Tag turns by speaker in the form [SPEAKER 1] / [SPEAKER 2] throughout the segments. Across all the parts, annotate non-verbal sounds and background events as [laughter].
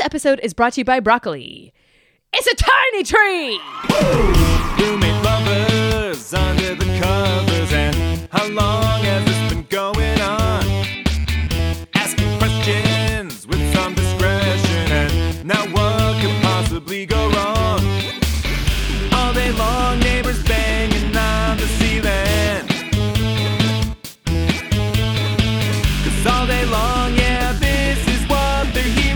[SPEAKER 1] episode is brought to you by Broccoli. It's a tiny tree!
[SPEAKER 2] Roommate lovers under the covers, and how long has this been going on? Asking questions with some discretion, and now what could possibly go wrong? All day long, neighbors banging on the ceiling. 'Cause all day long, yeah, this is what they're hearing.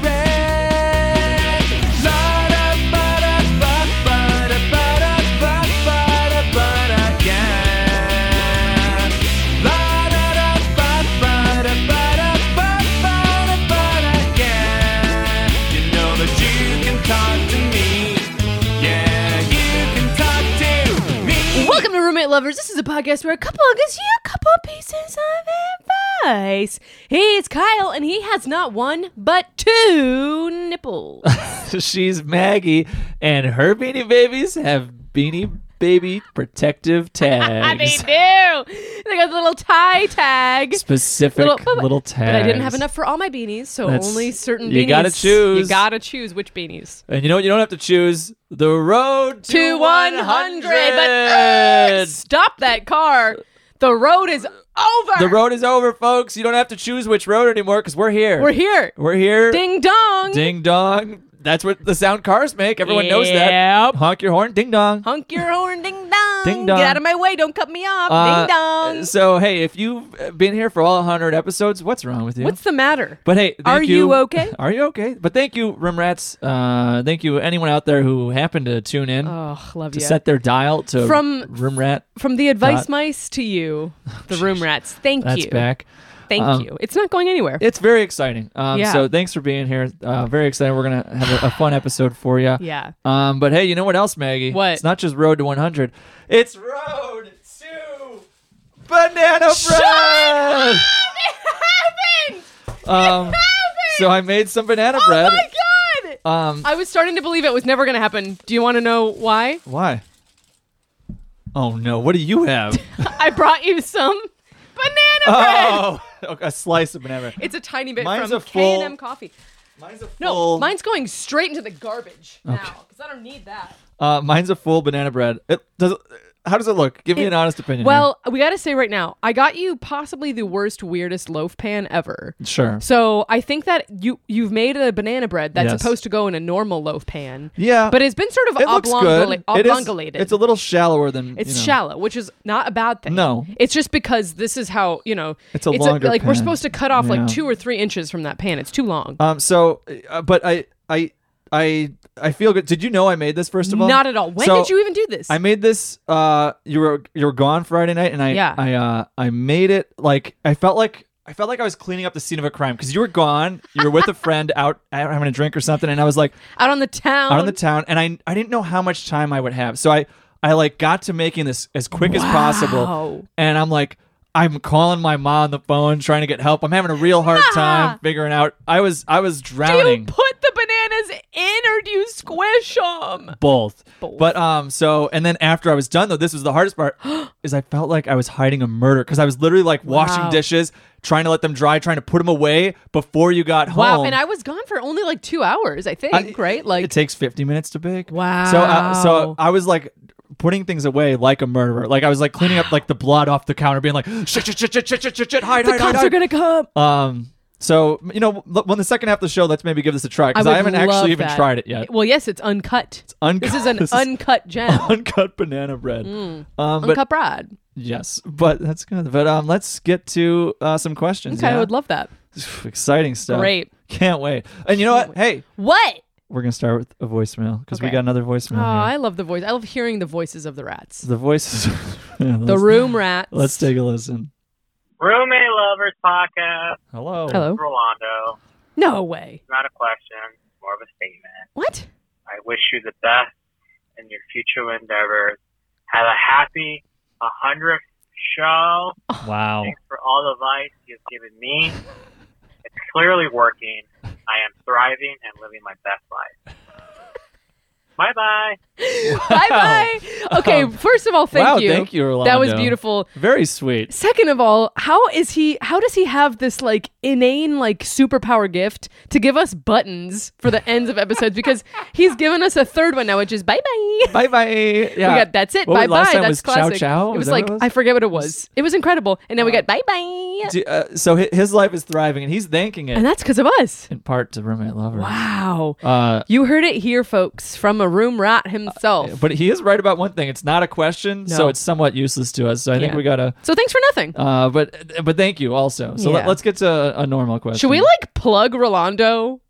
[SPEAKER 2] Ba-da-ba-da-ba-ba-da-ba-da-ba-da-ba-da, yeah. Ba-da-da-ba-ba-da-ba-da-ba-da-ba-da, yeah. You know that you can talk to me. Yeah, you can talk to me.
[SPEAKER 1] Welcome to Roommate Lovers. This is a podcast where a couple gives you a couple pieces of advice. He's Kyle, and he has not one, but two
[SPEAKER 3] [laughs]
[SPEAKER 1] nipples.
[SPEAKER 3] She's Maggie, and her beanie babies have beanie baby protective
[SPEAKER 1] [laughs]
[SPEAKER 3] tags.
[SPEAKER 1] I mean, do. They got the little tie tag.
[SPEAKER 3] Specific
[SPEAKER 1] Little-
[SPEAKER 3] little,
[SPEAKER 1] but-
[SPEAKER 3] tags.
[SPEAKER 1] But I didn't have enough for all my beanies, so
[SPEAKER 3] That's-
[SPEAKER 1] only certain beanies.
[SPEAKER 3] you gotta
[SPEAKER 1] You
[SPEAKER 3] choose.
[SPEAKER 1] gotta choose which beanies.
[SPEAKER 3] And you know what? You don't have to choose the road to,
[SPEAKER 1] To 100,
[SPEAKER 3] 100.
[SPEAKER 1] but- uh, Stop that car. The road is over.
[SPEAKER 3] the road is over, folks. You don't have to choose which road anymore because we're here.
[SPEAKER 1] We're here.
[SPEAKER 3] We're here.
[SPEAKER 1] Ding dong.
[SPEAKER 3] Ding dong. That's what the sound cars make. Everyone knows that.
[SPEAKER 1] Yep.
[SPEAKER 3] Honk your horn. Ding dong.
[SPEAKER 1] Honk your horn. Ding dong.
[SPEAKER 3] Ding dong.
[SPEAKER 1] Get out of my way. Don't cut me off.
[SPEAKER 3] Uh,
[SPEAKER 1] ding dong.
[SPEAKER 3] So hey, if you've uh, been here for all 100 episodes, what's wrong with you?
[SPEAKER 1] What's the matter?
[SPEAKER 3] But hey, thank
[SPEAKER 1] Are you okay?
[SPEAKER 3] [laughs] Are you okay? But thank you, Rim Rats. Uh, thank you, anyone out there who happened to tune in
[SPEAKER 1] oh, love
[SPEAKER 3] to
[SPEAKER 1] you.
[SPEAKER 3] set their dial to
[SPEAKER 1] From-
[SPEAKER 3] Rim Rat.
[SPEAKER 1] From the advice
[SPEAKER 3] Dot.
[SPEAKER 1] mice to you, the room rats. Thank
[SPEAKER 3] Oh, That's
[SPEAKER 1] you.
[SPEAKER 3] back.
[SPEAKER 1] Thank
[SPEAKER 3] Um,
[SPEAKER 1] you. It's not going anywhere.
[SPEAKER 3] It's very exciting. Um,
[SPEAKER 1] Yeah.
[SPEAKER 3] So thanks for being here. Uh, very excited. We're gonna have a, a
[SPEAKER 1] [sighs]
[SPEAKER 3] fun episode for you.
[SPEAKER 1] yeah.
[SPEAKER 3] Um, but hey, you know what else, Maggie?
[SPEAKER 1] What?
[SPEAKER 3] It's not just Road to 100. It's Road to Banana
[SPEAKER 1] Shut
[SPEAKER 3] Bread.
[SPEAKER 1] It happened.
[SPEAKER 3] Um, so I made some banana
[SPEAKER 1] Oh
[SPEAKER 3] bread.
[SPEAKER 1] my god.
[SPEAKER 3] Um,
[SPEAKER 1] I was starting to believe it was never going to happen. Do you want to know why?
[SPEAKER 3] Why? Oh no! What do
[SPEAKER 1] [laughs]
[SPEAKER 3] you have?
[SPEAKER 1] I brought you some banana [laughs] bread.
[SPEAKER 3] oh, a slice of banana. bread.
[SPEAKER 1] It's a tiny bit
[SPEAKER 3] Mine's
[SPEAKER 1] from
[SPEAKER 3] a full-
[SPEAKER 1] K&M Coffee.
[SPEAKER 3] Mine's a
[SPEAKER 1] No,
[SPEAKER 3] full.
[SPEAKER 1] mine's going straight into the garbage now because I don't need that.
[SPEAKER 3] uh, mine's a full banana bread. It does. How does it look? Give me an honest opinion. here.
[SPEAKER 1] Well, we got to say right now, I got you possibly the worst, weirdest loaf pan ever.
[SPEAKER 3] sure.
[SPEAKER 1] So I think that you you've made a banana bread that's
[SPEAKER 3] Yes.
[SPEAKER 1] supposed to go in a normal loaf pan.
[SPEAKER 3] Yeah.
[SPEAKER 1] but it's been sort of
[SPEAKER 3] It looks
[SPEAKER 1] oblongula-
[SPEAKER 3] good. It is-
[SPEAKER 1] oblongulated.
[SPEAKER 3] it's a little shallower than.
[SPEAKER 1] It's
[SPEAKER 3] you know.
[SPEAKER 1] shallow, which is not a bad thing.
[SPEAKER 3] No.
[SPEAKER 1] it's just because this is how you know.
[SPEAKER 3] It's a longer
[SPEAKER 1] like we're
[SPEAKER 3] pan.
[SPEAKER 1] supposed to cut off
[SPEAKER 3] Yeah.
[SPEAKER 1] like two or three inches from that pan. It's too long.
[SPEAKER 3] Um. So, uh, but I, I, I, I feel good. Did you know I made this first of all?
[SPEAKER 1] not at all. When
[SPEAKER 3] So-
[SPEAKER 1] did you even do this?
[SPEAKER 3] I made this. Uh, you were you were gone Friday night, and I
[SPEAKER 1] Yeah.
[SPEAKER 3] I uh I made it like I felt like I felt like I was cleaning up the scene of a crime because you were gone. You were with a friend out, out having a drink or something, and I was like
[SPEAKER 1] out on the town.
[SPEAKER 3] out in the town, and I I didn't know how much time I would have, so I I like got to making this as quick as
[SPEAKER 1] Wow.
[SPEAKER 3] possible, and I'm like. I'm calling my mom on the phone, trying to get help. I'm having a real hard time figuring out. I was I was
[SPEAKER 1] Do
[SPEAKER 3] drowning.
[SPEAKER 1] you put the bananas in or do you squish them?
[SPEAKER 3] both.
[SPEAKER 1] Both.
[SPEAKER 3] But um, so and then after I was done though, this was the hardest part, [gasps] is I felt like I was hiding a murder because I was literally like washing
[SPEAKER 1] Wow.
[SPEAKER 3] dishes, trying to let them dry, trying to put them away before you got
[SPEAKER 1] Wow,
[SPEAKER 3] home.
[SPEAKER 1] and I was gone for only like two hours, I think,
[SPEAKER 3] Um, I-
[SPEAKER 1] right?
[SPEAKER 3] it
[SPEAKER 1] Like,
[SPEAKER 3] takes fifty minutes to bake.
[SPEAKER 1] Wow.
[SPEAKER 3] So uh, so I was like putting things away like a murderer. Like I was like cleaning up like the blood off the counter, being like shit shit shit shit shit shit shit shit hide
[SPEAKER 1] the
[SPEAKER 3] hide hide.
[SPEAKER 1] cops are
[SPEAKER 3] hide.
[SPEAKER 1] gonna come.
[SPEAKER 3] Um. So you know, l- when the second half of the show, let's maybe give this a try because
[SPEAKER 1] would
[SPEAKER 3] I, haven't
[SPEAKER 1] love
[SPEAKER 3] actually even
[SPEAKER 1] that.
[SPEAKER 3] tried it yet.
[SPEAKER 1] Well, yes, it's uncut.
[SPEAKER 3] Uncut,
[SPEAKER 1] this is
[SPEAKER 3] [laughs]
[SPEAKER 1] an uncut gem,
[SPEAKER 3] uncut banana bread. Um, [laughs] but
[SPEAKER 1] uncut bread.
[SPEAKER 3] Yes, but that's good. But um, let's get to uh, some questions.
[SPEAKER 1] Okay, I
[SPEAKER 3] yeah?
[SPEAKER 1] would love that.
[SPEAKER 3] exciting stuff.
[SPEAKER 1] Great.
[SPEAKER 3] can't wait. And you know what? Hey,
[SPEAKER 1] What?
[SPEAKER 3] we're gonna start with a voicemail because we
[SPEAKER 1] Okay.
[SPEAKER 3] got another voicemail.
[SPEAKER 1] Oh,
[SPEAKER 3] here.
[SPEAKER 1] I love the voice. I love hearing the voices of the rats,
[SPEAKER 3] Mm-hmm. The voices. [laughs] Yeah,
[SPEAKER 1] the
[SPEAKER 3] let's-
[SPEAKER 1] room rats.
[SPEAKER 3] Let's take a listen.
[SPEAKER 4] Roommate Lovers Podcast.
[SPEAKER 3] Hello.
[SPEAKER 1] Hello.
[SPEAKER 4] Rolando,
[SPEAKER 1] No way.
[SPEAKER 4] not a question, it's more of a statement.
[SPEAKER 3] [laughs]
[SPEAKER 1] What?
[SPEAKER 4] I wish you the best in your future endeavors. Have a happy 100th show.
[SPEAKER 3] Wow.
[SPEAKER 4] Thanks for all the advice you've given me. It's clearly working. I am thriving and living my best life. Bye bye.
[SPEAKER 1] Bye bye. Okay, first of all, thank
[SPEAKER 3] wow,
[SPEAKER 1] you.
[SPEAKER 3] thank you, Orlando.
[SPEAKER 1] That was beautiful.
[SPEAKER 3] Very sweet.
[SPEAKER 1] Second of all, how is he? How does he have this like inane like superpower gift to give us buttons for the ends of episodes? Because he's given us a third one now, which is bye bye.
[SPEAKER 3] Bye bye. Yeah.
[SPEAKER 1] We got that's it.
[SPEAKER 3] What
[SPEAKER 1] bye
[SPEAKER 3] was
[SPEAKER 1] bye.
[SPEAKER 3] last time
[SPEAKER 1] That's
[SPEAKER 3] was Chow
[SPEAKER 1] classic.
[SPEAKER 3] Chow?
[SPEAKER 1] It
[SPEAKER 3] Is
[SPEAKER 1] was
[SPEAKER 3] that what
[SPEAKER 1] like
[SPEAKER 3] it was?
[SPEAKER 1] I forget what it was. It was incredible, and now we got bye bye,
[SPEAKER 3] Do- uh, so hi- his life is thriving, and he's thanking it
[SPEAKER 1] and that's because of us.
[SPEAKER 3] in part to roommate lover.
[SPEAKER 1] Wow.
[SPEAKER 3] Uh,
[SPEAKER 1] You heard it here, folks, from a room rat himself.
[SPEAKER 3] but he is right about one thing. It's not a question,
[SPEAKER 1] No.
[SPEAKER 3] so it's somewhat useless to us. So I think
[SPEAKER 1] Yeah.
[SPEAKER 3] we gotta.
[SPEAKER 1] so thanks for nothing.
[SPEAKER 3] Uh, but but thank you also. So
[SPEAKER 1] Yeah.
[SPEAKER 3] let, us get to a normal question.
[SPEAKER 1] Should we like plug Rolando?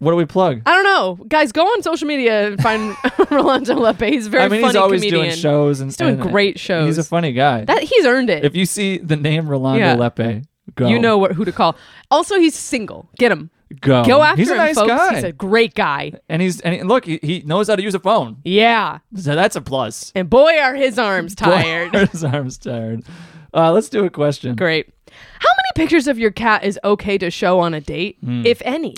[SPEAKER 3] What do we plug?
[SPEAKER 1] I don't know, guys. Go on social media and find
[SPEAKER 3] [laughs]
[SPEAKER 1] [laughs] Rolando Lepe. He's a very
[SPEAKER 3] I mean,
[SPEAKER 1] funny
[SPEAKER 3] he's always
[SPEAKER 1] comedian.
[SPEAKER 3] doing shows and
[SPEAKER 1] He's doing
[SPEAKER 3] and-
[SPEAKER 1] great shows.
[SPEAKER 3] He's a funny guy.
[SPEAKER 1] that he's earned it.
[SPEAKER 3] if you see the name Rolando
[SPEAKER 1] Yeah.
[SPEAKER 3] Lepe, go.
[SPEAKER 1] you know what, who to call. Also, he's single. Get him.
[SPEAKER 3] go.
[SPEAKER 1] Go after
[SPEAKER 3] Oh, he's a
[SPEAKER 1] him,
[SPEAKER 3] nice
[SPEAKER 1] folks.
[SPEAKER 3] guy,
[SPEAKER 1] He's a great guy.
[SPEAKER 3] and he's and he- look, he, he knows how to use a phone,
[SPEAKER 1] Yeah.
[SPEAKER 3] so that's a [laughs] plus.
[SPEAKER 1] And boy, are his arms tired.
[SPEAKER 3] [laughs]
[SPEAKER 1] [laughs]
[SPEAKER 3] His arms tired. Uh, let's do a question.
[SPEAKER 1] Great. How many pictures of your cat is okay to show on a date,
[SPEAKER 3] Hmm.
[SPEAKER 1] if any?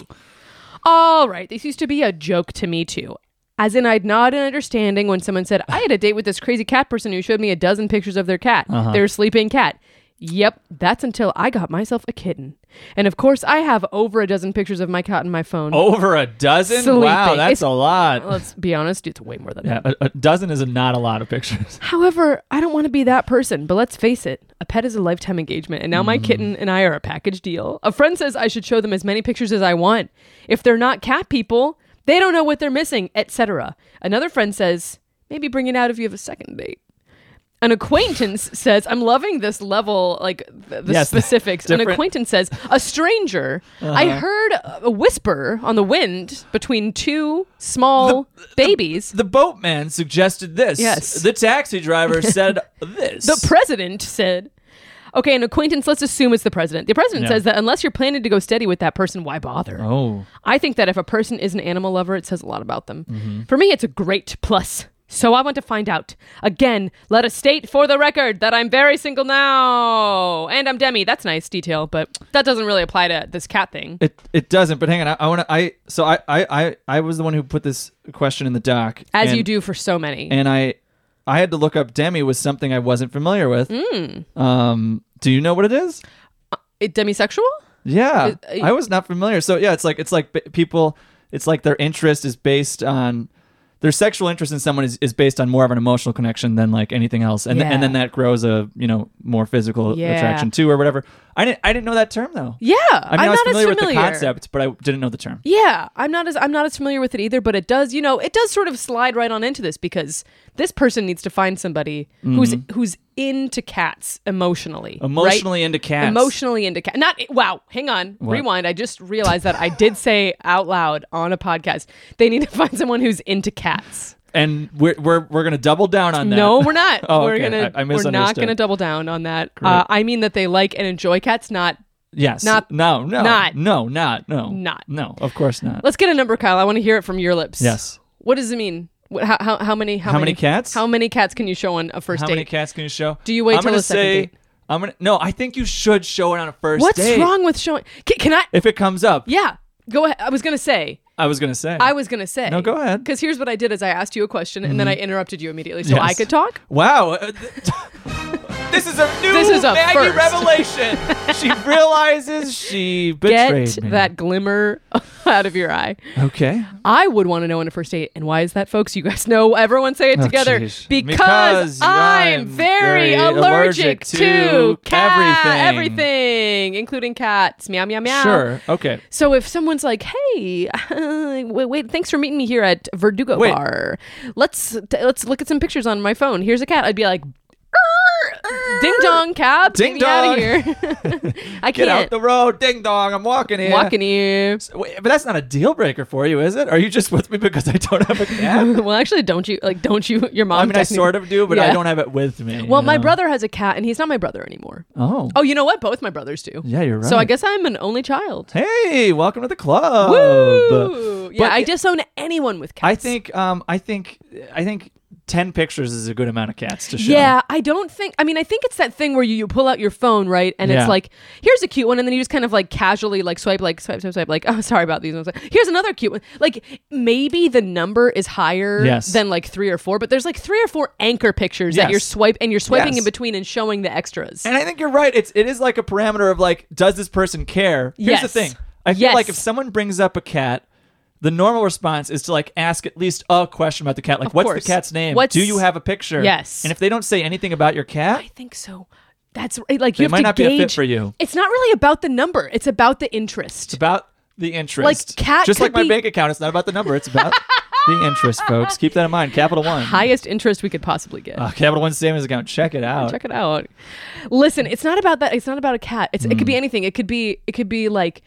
[SPEAKER 1] All right, this used to be a joke to me too. As in, I'd nod in understanding when someone said, I had a date with this crazy cat person who showed me a dozen pictures of their cat,
[SPEAKER 3] Uh-huh.
[SPEAKER 1] their sleeping cat. Yep, that's until I got myself a kitten. And of course, I have over a dozen pictures of my cat on my phone.
[SPEAKER 3] Over a dozen.
[SPEAKER 1] Sleeping.
[SPEAKER 3] Wow, that's
[SPEAKER 1] It's-
[SPEAKER 3] a lot.
[SPEAKER 1] Let's be honest, it's way more than that.
[SPEAKER 3] [laughs] Yeah, a, a dozen is not a lot of pictures.
[SPEAKER 1] However, I don't want to be that person, but let's face it, a pet is a lifetime engagement, and now
[SPEAKER 3] Mm-hmm.
[SPEAKER 1] my kitten and I are a package deal. A friend says I should show them as many pictures as I want. If they're not cat people, they don't know what they're missing, etc. Another friend says, maybe bring it out if you have a second date. An acquaintance
[SPEAKER 3] [laughs]
[SPEAKER 1] says, I'm loving this level, like th- the
[SPEAKER 3] Yes, [laughs]
[SPEAKER 1] specifics. An
[SPEAKER 3] different- Uh-huh.
[SPEAKER 1] acquaintance says, a stranger. I heard a whisper on the wind between two small babies.
[SPEAKER 3] [laughs] The boatman suggested this.
[SPEAKER 1] Yes.
[SPEAKER 3] The taxi [laughs] driver said this.
[SPEAKER 1] The president said, okay, an acquaintance, let's assume it's the president. The president
[SPEAKER 3] Yeah.
[SPEAKER 1] says that unless you're planning to go steady with that person, why bother?
[SPEAKER 3] oh.
[SPEAKER 1] I think that if a person is an animal lover, it says a lot about them.
[SPEAKER 3] Mm-hmm.
[SPEAKER 1] For me, it's a great plus. So I want to find out. Again, let us state for the record that I'm very single now. And I'm Demi. That's nice detail, but that doesn't really apply to this cat thing.
[SPEAKER 3] It it doesn't. But hang on, I, I want to. I so I, I I I was the one who put this question in the doc.
[SPEAKER 1] As
[SPEAKER 3] and,
[SPEAKER 1] you do for so many.
[SPEAKER 3] And I I had to look up Demi was something I wasn't familiar with.
[SPEAKER 1] Mm.
[SPEAKER 3] Um. Do you know what it is?
[SPEAKER 1] It- demisexual?
[SPEAKER 3] Yeah,
[SPEAKER 1] It-
[SPEAKER 3] I was not familiar. So yeah, it's like it's like b- people. It's like their interest is based on their sexual interest in someone is, is based on more of an emotional connection than like anything else, and th-
[SPEAKER 1] Yeah.
[SPEAKER 3] and then that grows a you know more physical
[SPEAKER 1] Yeah.
[SPEAKER 3] attraction too or whatever. I didn't I didn't know that term though.
[SPEAKER 1] Yeah.
[SPEAKER 3] I
[SPEAKER 1] am
[SPEAKER 3] mean, I was
[SPEAKER 1] not
[SPEAKER 3] familiar
[SPEAKER 1] as
[SPEAKER 3] with the
[SPEAKER 1] familiar.
[SPEAKER 3] concept, but I didn't know the term.
[SPEAKER 1] Yeah, I'm not as I'm not as familiar with it either, but it does, you know, it does sort of slide right on into this because this person needs to find somebody who's who's into cats emotionally. right?
[SPEAKER 3] Mm-hmm. Emotionally into cats.
[SPEAKER 1] Emotionally into cat. Not wow. Hang on. Rewind. I just realized that I did say out loud on a podcast. They need to find someone who's into cats.
[SPEAKER 3] and we're we're, we're gonna double down on that.
[SPEAKER 1] No, we're not.
[SPEAKER 3] [laughs] Oh,
[SPEAKER 1] we're
[SPEAKER 3] okay.
[SPEAKER 1] gonna.
[SPEAKER 3] I- I
[SPEAKER 1] we're not
[SPEAKER 3] misunderstood.
[SPEAKER 1] gonna double down on that. Uh, I mean that they like and enjoy cats. Not.
[SPEAKER 3] yes,
[SPEAKER 1] not-
[SPEAKER 3] no, no,
[SPEAKER 1] not-
[SPEAKER 3] no, not no,
[SPEAKER 1] Not.
[SPEAKER 3] no. Of course not.
[SPEAKER 1] Let's get a number, Kyle. I want to hear it from your lips.
[SPEAKER 3] Yes.
[SPEAKER 1] What does it mean? What, how, how, how many? How,
[SPEAKER 3] How many cats?
[SPEAKER 1] How many cats can you show on a first
[SPEAKER 3] How
[SPEAKER 1] date?
[SPEAKER 3] many cats can you show?
[SPEAKER 1] Do you wait
[SPEAKER 3] I'm
[SPEAKER 1] till
[SPEAKER 3] gonna
[SPEAKER 1] the second
[SPEAKER 3] say,
[SPEAKER 1] date?
[SPEAKER 3] I'm gonna no. I think you should show it on a first.
[SPEAKER 1] What's
[SPEAKER 3] date.
[SPEAKER 1] wrong with showing? Can, can I?
[SPEAKER 3] If it comes up,
[SPEAKER 1] yeah. Go ahead. I was gonna say.
[SPEAKER 3] I was gonna say.
[SPEAKER 1] I was gonna say.
[SPEAKER 3] No, go ahead. Mm-hmm.
[SPEAKER 1] Because here's what I did: is I asked you a question and then I interrupted you immediately so
[SPEAKER 3] Yes.
[SPEAKER 1] I could talk.
[SPEAKER 3] wow. [laughs] uh, th- This is a new
[SPEAKER 1] This is a
[SPEAKER 3] Maggie
[SPEAKER 1] first. [laughs]
[SPEAKER 3] revelation. she realizes she betrayed
[SPEAKER 1] Get
[SPEAKER 3] me.
[SPEAKER 1] that glimmer [laughs] out of your eye.
[SPEAKER 3] Okay.
[SPEAKER 1] I would want to know on a first date, and why is that, folks? You guys know. Everyone say it together
[SPEAKER 3] Oh, jeez.
[SPEAKER 1] because,
[SPEAKER 3] Because
[SPEAKER 1] I'm
[SPEAKER 3] I'm
[SPEAKER 1] very,
[SPEAKER 3] very
[SPEAKER 1] allergic,
[SPEAKER 3] allergic
[SPEAKER 1] to
[SPEAKER 3] to
[SPEAKER 1] cat,
[SPEAKER 3] everything.
[SPEAKER 1] everything, including cats. Meow meow meow.
[SPEAKER 3] Sure. Okay.
[SPEAKER 1] So if someone's like, "Hey, [laughs] wait, wait, thanks for meeting me here at Verdugo
[SPEAKER 3] Wait.
[SPEAKER 1] Bar. Let's t- let's look at some pictures on my phone. Here's a cat." I'd be like, "Err, "Ding dong, cab,
[SPEAKER 3] Ding
[SPEAKER 1] get out
[SPEAKER 3] dong.
[SPEAKER 1] of here.
[SPEAKER 3] [laughs]
[SPEAKER 1] I
[SPEAKER 3] Get
[SPEAKER 1] can't
[SPEAKER 3] out the road, ding dong. I'm walking here.
[SPEAKER 1] walking
[SPEAKER 3] [laughs]
[SPEAKER 1] here."
[SPEAKER 3] Wait, but that's not a deal breaker for you, is it? Are you just with me because I don't have
[SPEAKER 1] [laughs]
[SPEAKER 3] a
[SPEAKER 1] [laughs]
[SPEAKER 3] cat?
[SPEAKER 1] well, actually, don't you like? Don't you? Your mom?
[SPEAKER 3] I mean, I
[SPEAKER 1] technically-
[SPEAKER 3] sort of do, but
[SPEAKER 1] Yeah.
[SPEAKER 3] I don't have it with me.
[SPEAKER 1] Well,
[SPEAKER 3] you
[SPEAKER 1] my
[SPEAKER 3] know?
[SPEAKER 1] brother has a cat, and he's not my brother anymore.
[SPEAKER 3] Oh.
[SPEAKER 1] Oh, you know what? Both my brothers do.
[SPEAKER 3] Yeah, you're right.
[SPEAKER 1] So I guess I'm an only child.
[SPEAKER 3] Hey, welcome to the club.
[SPEAKER 1] Woo!
[SPEAKER 3] But
[SPEAKER 1] yeah, I disown anyone with cats.
[SPEAKER 3] I think um I think I think ten pictures is a good amount of cats to show.
[SPEAKER 1] Yeah, I don't think. I mean, I think it's that thing where you, you pull out your phone, right? And
[SPEAKER 3] Yeah.
[SPEAKER 1] it's like, here's a cute one, and then you just kind of like casually like swipe, like swipe, swipe, swipe, like, [laughs] oh, sorry about these ones. Here's another cute one. Like maybe the number is higher
[SPEAKER 3] Yes.
[SPEAKER 1] than like three or four, but there's like three or four anchor pictures that
[SPEAKER 3] Yes.
[SPEAKER 1] you're swipe and you're swiping
[SPEAKER 3] Yes.
[SPEAKER 1] in between and showing the extras.
[SPEAKER 3] And I think you're right. It's it is like a parameter of like, does this person care? Here's the
[SPEAKER 1] Yes.
[SPEAKER 3] thing. I feel
[SPEAKER 1] Yes.
[SPEAKER 3] like if someone brings up a cat, the normal response is to like ask at least a question about the cat. Like, what's
[SPEAKER 1] course.
[SPEAKER 3] the cat's name?
[SPEAKER 1] What's-
[SPEAKER 3] Do you have a picture?
[SPEAKER 1] Yes.
[SPEAKER 3] And if they don't say anything about your cat,
[SPEAKER 1] I think so. That's right. Like you
[SPEAKER 3] They
[SPEAKER 1] have
[SPEAKER 3] might
[SPEAKER 1] to
[SPEAKER 3] not be a
[SPEAKER 1] gauge.
[SPEAKER 3] fit for you.
[SPEAKER 1] It's not really about the number. It's about the
[SPEAKER 3] it's
[SPEAKER 1] interest.
[SPEAKER 3] about the interest.
[SPEAKER 1] cat
[SPEAKER 3] Just
[SPEAKER 1] could
[SPEAKER 3] like my
[SPEAKER 1] be-
[SPEAKER 3] bank account, it's not about the number.
[SPEAKER 1] [laughs]
[SPEAKER 3] It's about the interest, folks. Keep that in mind. Capital One.
[SPEAKER 1] Highest interest we could possibly get.
[SPEAKER 3] Uh, Capital One savings account. Check it out.
[SPEAKER 1] check it out listen it's not about that it's not about a cat it's, it could be anything it could be it could be like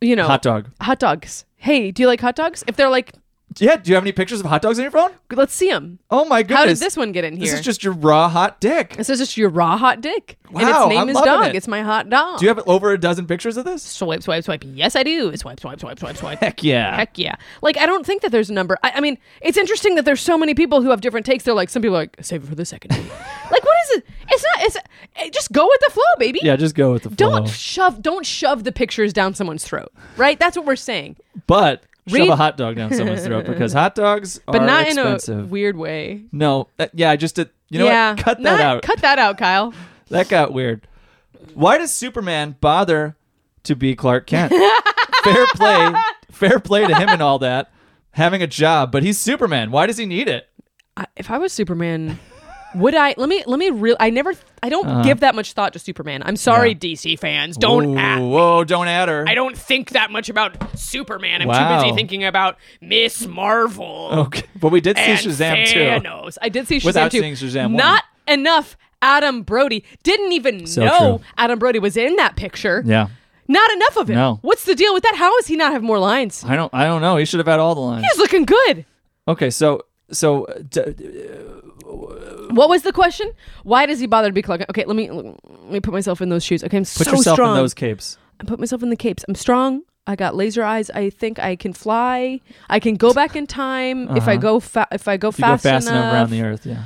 [SPEAKER 1] you know
[SPEAKER 3] Mm. Hot dog.
[SPEAKER 1] hot dogs hey do you like hot dogs if they're like
[SPEAKER 3] Yeah. Do you have any pictures of hot dogs on your phone?
[SPEAKER 1] let's see them
[SPEAKER 3] Oh my
[SPEAKER 1] how
[SPEAKER 3] goodness.
[SPEAKER 1] did this one get in here
[SPEAKER 3] This is just your raw hot dick.
[SPEAKER 1] This is just your raw hot dick and its
[SPEAKER 3] Wow,
[SPEAKER 1] name
[SPEAKER 3] I'm
[SPEAKER 1] is
[SPEAKER 3] loving
[SPEAKER 1] dog
[SPEAKER 3] it.
[SPEAKER 1] it's my hot dog
[SPEAKER 3] Do you have over a dozen pictures of this?
[SPEAKER 1] swipe swipe swipe yes i do swipe swipe swipe swipe swipe
[SPEAKER 3] Heck yeah.
[SPEAKER 1] Heck yeah. Like, I don't think that there's a number. I, I mean, it's interesting that there's so many people who have different takes. They're like, some people are like, save it for the second.
[SPEAKER 3] [laughs]
[SPEAKER 1] date." like, what is it? It's not, it's, eh, just go with the flow, baby.
[SPEAKER 3] Yeah, just go with the flow.
[SPEAKER 1] don't shove don't shove the pictures down someone's throat right that's what we're saying
[SPEAKER 3] but shove
[SPEAKER 1] Read-
[SPEAKER 3] a hot dog down someone's [laughs] throat because hot dogs are
[SPEAKER 1] but not
[SPEAKER 3] expensive.
[SPEAKER 1] in a weird way
[SPEAKER 3] no, that, yeah, I just did. You know
[SPEAKER 1] yeah
[SPEAKER 3] what? Cut that
[SPEAKER 1] Not-
[SPEAKER 3] out.
[SPEAKER 1] cut that out kyle
[SPEAKER 3] That got weird. Why does Superman bother to be Clark [laughs] Kent? fair play, fair play to him and all that. Having a job, but he's Superman. Why does he need it?
[SPEAKER 1] I, if i was superman would i let me let me real i never i don't give that much thought to superman i'm sorry
[SPEAKER 3] Uh-huh. Yeah.
[SPEAKER 1] dc fans don't
[SPEAKER 3] Ooh,
[SPEAKER 1] at me.
[SPEAKER 3] Whoa, don't add her.
[SPEAKER 1] i don't think that much about superman i'm too
[SPEAKER 3] Wow.
[SPEAKER 1] busy thinking about miss marvel
[SPEAKER 3] Okay, but we did see
[SPEAKER 1] and
[SPEAKER 3] Shazam too.
[SPEAKER 1] Thanos. I did see Shazam
[SPEAKER 3] Without
[SPEAKER 1] too.
[SPEAKER 3] seeing Shazam one.
[SPEAKER 1] Not enough. Adam Brody didn't even
[SPEAKER 3] So
[SPEAKER 1] know
[SPEAKER 3] true.
[SPEAKER 1] Adam Brody was in that picture.
[SPEAKER 3] Yeah,
[SPEAKER 1] Not enough of him.
[SPEAKER 3] No.
[SPEAKER 1] What's the deal with that? How does he not have more lines?
[SPEAKER 3] I don't. I don't know. He should have had all the lines.
[SPEAKER 1] He's looking good.
[SPEAKER 3] Okay, so so uh, d-
[SPEAKER 1] What was the question? Why does he bother to be Clark? Okay, let me let me put myself in those shoes. Okay, I'm
[SPEAKER 3] Put
[SPEAKER 1] so
[SPEAKER 3] yourself
[SPEAKER 1] strong.
[SPEAKER 3] in those capes.
[SPEAKER 1] I put myself in the capes. I'm strong. I got laser eyes. I think I can fly. I can go back in time if I go fa- if I go
[SPEAKER 3] Uh-huh. If you
[SPEAKER 1] fast,
[SPEAKER 3] go fast enough. around the earth, yeah.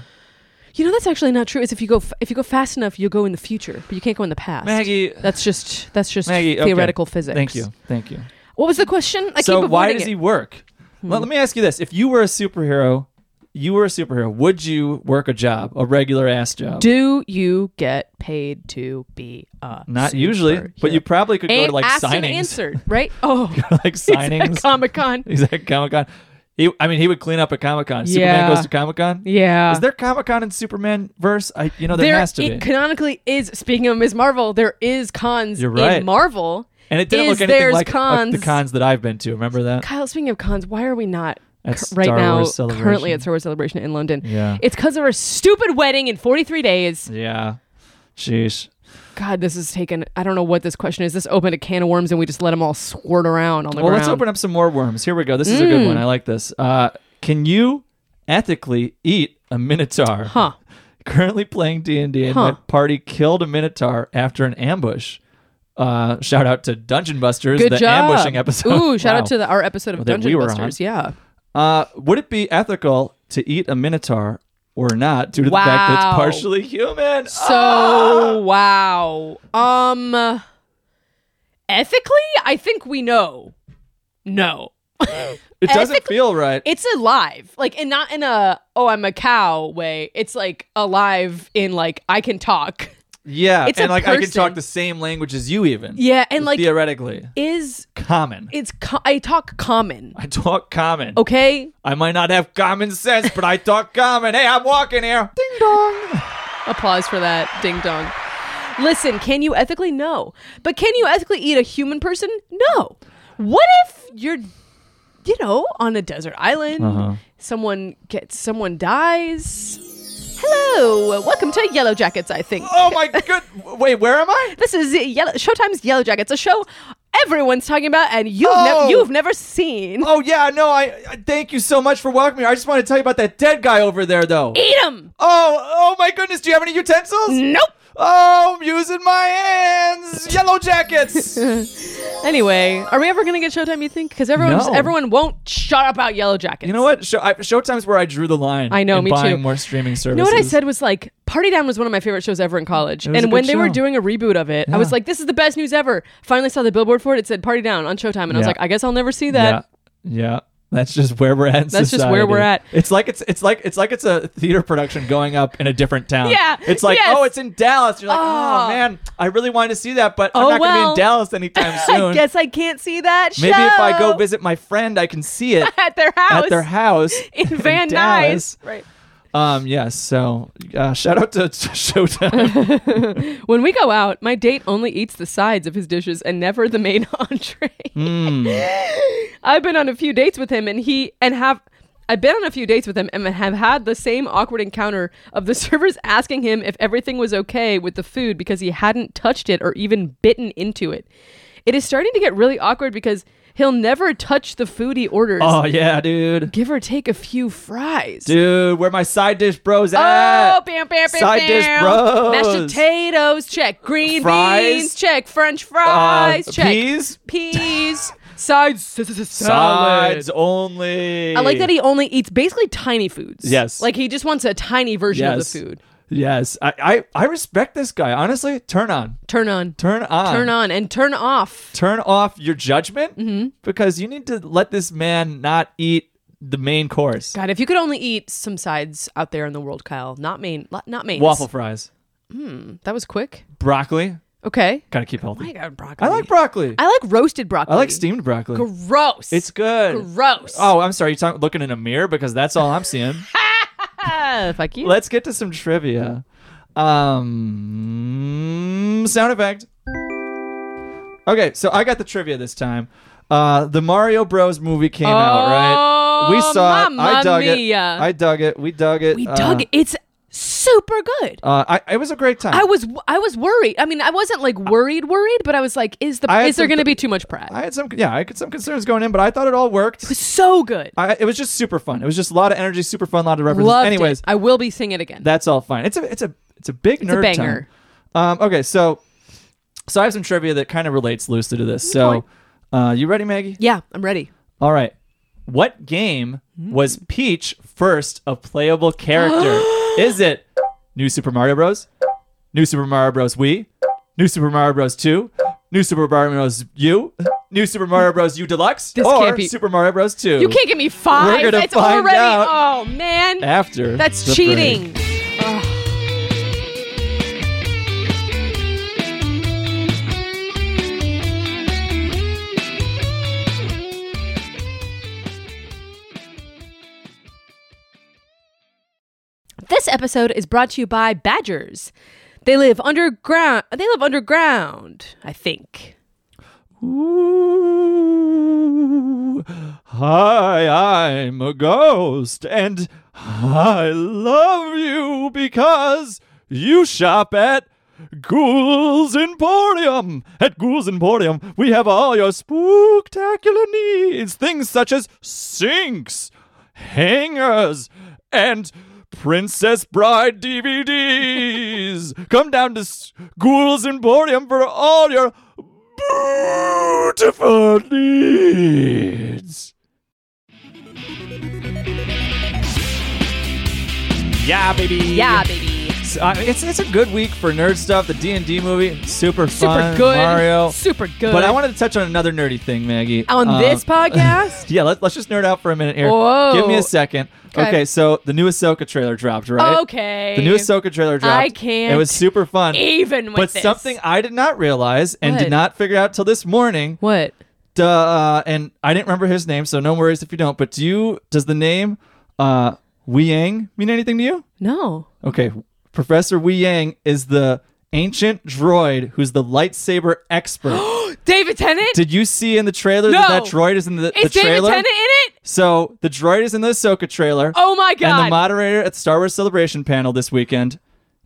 [SPEAKER 1] You know that's actually not true. Is if you go f- if you go fast enough, you'll go in the future, but you can't go in the past.
[SPEAKER 3] Maggie-
[SPEAKER 1] that's just that's just
[SPEAKER 3] Maggie, okay.
[SPEAKER 1] theoretical physics.
[SPEAKER 3] Thank you, thank you.
[SPEAKER 1] What was the question? I
[SPEAKER 3] so
[SPEAKER 1] keep
[SPEAKER 3] why
[SPEAKER 1] avoiding
[SPEAKER 3] does
[SPEAKER 1] it. Hmm.
[SPEAKER 3] he work? Well, let me ask you this: If you were a superhero, you were a superhero. Would you work a job, a regular ass job?
[SPEAKER 1] Do you get paid to be a
[SPEAKER 3] Not usually, but you probably could go to like
[SPEAKER 1] asked and
[SPEAKER 3] signings,
[SPEAKER 1] answered, right? Oh,
[SPEAKER 3] [laughs]
[SPEAKER 1] [laughs]
[SPEAKER 3] like signings.
[SPEAKER 1] Comic Con.
[SPEAKER 3] He's at Comic Con. He, I mean, he would clean up at Comic Con. Superman
[SPEAKER 1] Yeah.
[SPEAKER 3] goes to Comic Con.
[SPEAKER 1] Yeah.
[SPEAKER 3] Is there Comic Con in Superman verse? I, you know, there, has to
[SPEAKER 1] it
[SPEAKER 3] be.
[SPEAKER 1] canonically is speaking of Ms. Marvel, there is cons
[SPEAKER 3] You're right.
[SPEAKER 1] in Marvel.
[SPEAKER 3] and it didn't
[SPEAKER 1] is
[SPEAKER 3] look anything
[SPEAKER 1] there's
[SPEAKER 3] like uh, the
[SPEAKER 1] cons.
[SPEAKER 3] cons that I've been to. Remember that?
[SPEAKER 1] Kyle, speaking of cons, why are we not
[SPEAKER 3] At
[SPEAKER 1] cur- right
[SPEAKER 3] Star
[SPEAKER 1] now
[SPEAKER 3] Wars
[SPEAKER 1] currently
[SPEAKER 3] Celebration.
[SPEAKER 1] at Star Wars Celebration in London?
[SPEAKER 3] Yeah.
[SPEAKER 1] It's because of our stupid wedding in 43 days.
[SPEAKER 3] Yeah. Sheesh.
[SPEAKER 1] God, this is taken. I don't know what this question is. This opened a can of worms and we just let them all squirt around Mm. on the
[SPEAKER 3] Well,
[SPEAKER 1] ground.
[SPEAKER 3] let's open up some more worms. Here we go. This is a good one. I like this. Uh, can you ethically eat a minotaur?
[SPEAKER 1] Huh.
[SPEAKER 3] Currently playing D and D, and my
[SPEAKER 1] Huh.
[SPEAKER 3] party killed a minotaur after an ambush. Uh, shout out to Dungeon Busters,
[SPEAKER 1] Good
[SPEAKER 3] the
[SPEAKER 1] job.
[SPEAKER 3] ambushing episode.
[SPEAKER 1] Ooh, shout out
[SPEAKER 3] Wow.
[SPEAKER 1] to the, our episode of
[SPEAKER 3] That
[SPEAKER 1] Dungeon
[SPEAKER 3] we were
[SPEAKER 1] Busters. Yeah.
[SPEAKER 3] Uh, would it be ethical to eat a minotaur or not due to the fact that it's
[SPEAKER 1] Wow.
[SPEAKER 3] partially human?
[SPEAKER 1] So wow. Um ethically, I think we know. No.
[SPEAKER 3] it doesn't
[SPEAKER 1] ethically-
[SPEAKER 3] feel right.
[SPEAKER 1] It's alive. Like and not in a oh I'm a cow way. It's like alive in like I can talk.
[SPEAKER 3] yeah,
[SPEAKER 1] it's a
[SPEAKER 3] and like I can
[SPEAKER 1] person.
[SPEAKER 3] talk the same language as you, even.
[SPEAKER 1] Yeah, and like
[SPEAKER 3] theoretically,
[SPEAKER 1] is
[SPEAKER 3] common.
[SPEAKER 1] it's co- I talk common.
[SPEAKER 3] I talk common.
[SPEAKER 1] Okay?
[SPEAKER 3] I might not have common sense, but I talk common. Hey, I'm walking here. Ding dong.
[SPEAKER 1] Applause for that. Ding dong. Listen, can you ethically no? But can you ethically eat a human person? No. What if you're you know, on a desert island,
[SPEAKER 3] Uh-huh.
[SPEAKER 1] someone gets someone dies. Hello, welcome to Yellow Jackets, I think.
[SPEAKER 3] Oh
[SPEAKER 1] [laughs]
[SPEAKER 3] my good. Wait, where am I?
[SPEAKER 1] This is Yellow Showtime's Yellow Jackets, a show everyone's talking about and you've
[SPEAKER 3] Oh.
[SPEAKER 1] never you've never seen.
[SPEAKER 3] Oh yeah, no. I, I thank you so much for welcoming. me. I just want to tell you about that dead guy over there, though.
[SPEAKER 1] Eat 'em.
[SPEAKER 3] Oh, oh my goodness. Do you have any
[SPEAKER 1] Mm.
[SPEAKER 3] utensils?
[SPEAKER 1] Nope. [laughs]
[SPEAKER 3] Oh, I'm using my hands. Yellow jackets.
[SPEAKER 1] Anyway, are we ever gonna get Showtime? You think? Because everyone,
[SPEAKER 3] No.
[SPEAKER 1] everyone won't shut up about Yellow Jackets.
[SPEAKER 3] You know what? Show, I, Showtime's where I drew the line.
[SPEAKER 1] I know,
[SPEAKER 3] in
[SPEAKER 1] me too.
[SPEAKER 3] buying more streaming services.
[SPEAKER 1] You know what I said was like Party Down was one of my favorite shows ever in college.
[SPEAKER 3] It was a
[SPEAKER 1] And when
[SPEAKER 3] good
[SPEAKER 1] they were
[SPEAKER 3] show.
[SPEAKER 1] doing a reboot of it, I was like, this is the best news ever. Finally saw the billboard for it. It said Party Down on Showtime. And I was
[SPEAKER 3] Yeah.
[SPEAKER 1] like, I guess I'll never see that.
[SPEAKER 3] Yeah, yeah. That's just where we're at. in
[SPEAKER 1] That's just where
[SPEAKER 3] society.
[SPEAKER 1] we're at.
[SPEAKER 3] It's like it's it's like it's like it's a theater production going up in a different town.
[SPEAKER 1] Yeah,
[SPEAKER 3] It's like
[SPEAKER 1] yes.
[SPEAKER 3] oh, it's in Dallas. You're like oh,
[SPEAKER 1] Oh.
[SPEAKER 3] man, I really wanted to see that, but
[SPEAKER 1] Oh,
[SPEAKER 3] I'm not gonna be
[SPEAKER 1] well.
[SPEAKER 3] in Dallas anytime
[SPEAKER 1] [laughs]
[SPEAKER 3] soon.
[SPEAKER 1] I guess I can't see that show.
[SPEAKER 3] Maybe if I go visit my friend, I can
[SPEAKER 1] [laughs]
[SPEAKER 3] see it
[SPEAKER 1] at their house.
[SPEAKER 3] at their house
[SPEAKER 1] [laughs]
[SPEAKER 3] [laughs]
[SPEAKER 1] in Van
[SPEAKER 3] Nuys.
[SPEAKER 1] Nuys. Right.
[SPEAKER 3] Um. Yes. So uh, shout out to [laughs]
[SPEAKER 1] [laughs]
[SPEAKER 3] Showtime.
[SPEAKER 1] When we go out, my date only eats the sides of his dishes and never the main [laughs] entree. I've been on a few dates with him and he and have I've been on a few dates with him and have had the same awkward encounter of the [laughs] servers asking him if everything was okay with the food because he hadn't touched it or even bitten into it. It is starting to get really awkward because he'll never touch the food he orders,
[SPEAKER 3] oh yeah, dude.
[SPEAKER 1] give or take a few fries.
[SPEAKER 3] Dude, where my side dish bros at?
[SPEAKER 1] Oh, bam, bam, bam,
[SPEAKER 3] Side dish
[SPEAKER 1] bam.
[SPEAKER 3] bros.
[SPEAKER 1] Mashed potatoes, check. Green
[SPEAKER 3] Fries.
[SPEAKER 1] beans, check. French
[SPEAKER 3] Uh,
[SPEAKER 1] fries, check.
[SPEAKER 3] peas? [laughs]
[SPEAKER 1] Peas. Sides. s- s- s- salad.
[SPEAKER 3] Sides only.
[SPEAKER 1] I like that he only eats basically tiny foods.
[SPEAKER 3] Yes.
[SPEAKER 1] Like he just wants a tiny version
[SPEAKER 3] Yes.
[SPEAKER 1] of the food.
[SPEAKER 3] Yes, I, I I respect this guy. Honestly, turn on,
[SPEAKER 1] Turn on.
[SPEAKER 3] turn on,
[SPEAKER 1] Turn on Mm-hmm. and turn off.
[SPEAKER 3] turn off your judgment because you need to let this man not eat the main course.
[SPEAKER 1] God, if you could only eat some sides out there in the world, Kyle. Not main. lo- Not main.
[SPEAKER 3] Waffle fries,
[SPEAKER 1] That was quick.
[SPEAKER 3] broccoli,
[SPEAKER 1] Okay.
[SPEAKER 3] gotta keep healthy.
[SPEAKER 1] I got broccoli.
[SPEAKER 3] I like broccoli.
[SPEAKER 1] I like roasted broccoli.
[SPEAKER 3] I like steamed broccoli.
[SPEAKER 1] Gross.
[SPEAKER 3] It's good.
[SPEAKER 1] gross.
[SPEAKER 3] Oh, I'm sorry. You're talking, looking in a mirror because that's all I'm seeing.
[SPEAKER 1] Ah, fuck you.
[SPEAKER 3] Let's get to some trivia. Um, sound effect. Okay, so I got the trivia this time. Uh, the Mario Bros. movie came out, right? We
[SPEAKER 1] Oh,
[SPEAKER 3] saw it. I
[SPEAKER 1] mamma
[SPEAKER 3] dug it.
[SPEAKER 1] mia.
[SPEAKER 3] I dug it. We dug it.
[SPEAKER 1] We dug
[SPEAKER 3] Uh,
[SPEAKER 1] it. It's super good.
[SPEAKER 3] Uh, I, it was a great time.
[SPEAKER 1] I was I was worried. I mean, I wasn't like worried worried, but I was like, is the
[SPEAKER 3] I had
[SPEAKER 1] is there
[SPEAKER 3] some-
[SPEAKER 1] going to be too much Pratt?
[SPEAKER 3] I had some, yeah, I had some concerns going in, but I thought it all worked.
[SPEAKER 1] so good.
[SPEAKER 3] I, it was just super fun. It was just a lot of energy, super fun, a lot of references.
[SPEAKER 1] Loved
[SPEAKER 3] Anyways,
[SPEAKER 1] it. I will be singing it again.
[SPEAKER 3] that's all fine. It's a, it's a, it's a big
[SPEAKER 1] it's
[SPEAKER 3] nerd
[SPEAKER 1] a
[SPEAKER 3] time.
[SPEAKER 1] banger.
[SPEAKER 3] Um, okay, so so I have some trivia that kind of relates loosely to this. So, uh, you ready, Maggie?
[SPEAKER 1] Yeah, I'm ready.
[SPEAKER 3] All right. What game
[SPEAKER 1] Hmm.
[SPEAKER 3] was Peach first a
[SPEAKER 1] [gasps]
[SPEAKER 3] playable character? Is it New Super Mario Bros, New Super Mario Bros Wii, New Super Mario Bros 2, New Super Mario Bros U, New Super Mario Bros U Deluxe,
[SPEAKER 1] This
[SPEAKER 3] or
[SPEAKER 1] can't be-
[SPEAKER 3] Super Mario Bros 2?
[SPEAKER 1] You can't give me five.
[SPEAKER 3] We're gonna
[SPEAKER 1] it's
[SPEAKER 3] find
[SPEAKER 1] already.
[SPEAKER 3] out.
[SPEAKER 1] Oh man,
[SPEAKER 3] after
[SPEAKER 1] that's
[SPEAKER 3] the
[SPEAKER 1] cheating.
[SPEAKER 3] break.
[SPEAKER 1] This episode is brought to you by badgers. They live underground. They live underground. I think.
[SPEAKER 3] Ooh, hi, I'm a ghost, and I love you because you shop at Ghouls Emporium. At Ghouls Emporium, we have all your spooktacular needs, things such as sinks, hangers, and Princess Bride DVDs. Come down to S- Ghouls Emporium for all your beautiful needs. Yeah, baby.
[SPEAKER 1] Yeah, baby.
[SPEAKER 3] So, uh, it's it's a good week for nerd stuff. The D and D movie, super
[SPEAKER 1] Super
[SPEAKER 3] fun,
[SPEAKER 1] good.
[SPEAKER 3] Mario.
[SPEAKER 1] Super good.
[SPEAKER 3] But I wanted to touch on another nerdy thing, Maggie.
[SPEAKER 1] on
[SPEAKER 3] Um, [laughs]
[SPEAKER 1] this podcast.
[SPEAKER 3] Yeah, let, let's just nerd out for a minute here.
[SPEAKER 1] Whoa.
[SPEAKER 3] Give me a second.
[SPEAKER 1] 'Kay.
[SPEAKER 3] Okay, so the new Ahsoka trailer dropped, right?
[SPEAKER 1] Okay.
[SPEAKER 3] The new Ahsoka trailer dropped.
[SPEAKER 1] I can't
[SPEAKER 3] It was super fun.
[SPEAKER 1] even with
[SPEAKER 3] but
[SPEAKER 1] this.
[SPEAKER 3] something I did not realize and
[SPEAKER 1] What?
[SPEAKER 3] did not figure out till this morning.
[SPEAKER 1] What?
[SPEAKER 3] Duh, uh, and I didn't remember his name, so no worries if you don't. But do you? Does the name uh, Wei Yang mean anything to you?
[SPEAKER 1] No.
[SPEAKER 3] Okay, Professor Wei Yang is the ancient droid who's the lightsaber
[SPEAKER 1] [gasps]
[SPEAKER 3] expert.
[SPEAKER 1] David Tennant?
[SPEAKER 3] Did you see in the trailer that that
[SPEAKER 1] No.
[SPEAKER 3] droid is in the,
[SPEAKER 1] is
[SPEAKER 3] the
[SPEAKER 1] David
[SPEAKER 3] trailer?
[SPEAKER 1] Tennant in it?
[SPEAKER 3] So the droid is in the Ahsoka trailer.
[SPEAKER 1] Oh my god.
[SPEAKER 3] And the moderator at the Star Wars Celebration panel this weekend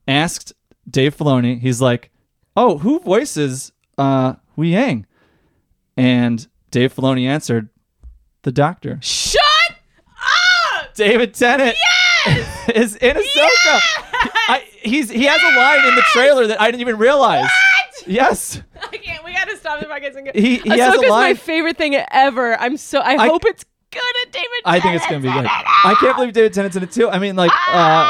[SPEAKER 3] asked Dave Filoni, he's like, Oh, who voices uh Hui Yang? And Dave Filoni answered, The Doctor.
[SPEAKER 1] Shut up!
[SPEAKER 3] [laughs] David Tennant [laughs] is in Ahsoka. I, he's he has a line in the trailer that I didn't even realize. Yes.
[SPEAKER 1] [laughs] I can't. We gotta stop if I can sing it.
[SPEAKER 3] He- he has a
[SPEAKER 1] Ahsoka's my
[SPEAKER 3] line-
[SPEAKER 1] favorite thing ever. I'm so I,
[SPEAKER 3] I-
[SPEAKER 1] hope it's good at David.
[SPEAKER 3] I think it's gonna be good. I can't believe David Tennant's in it too. I mean, like, uh,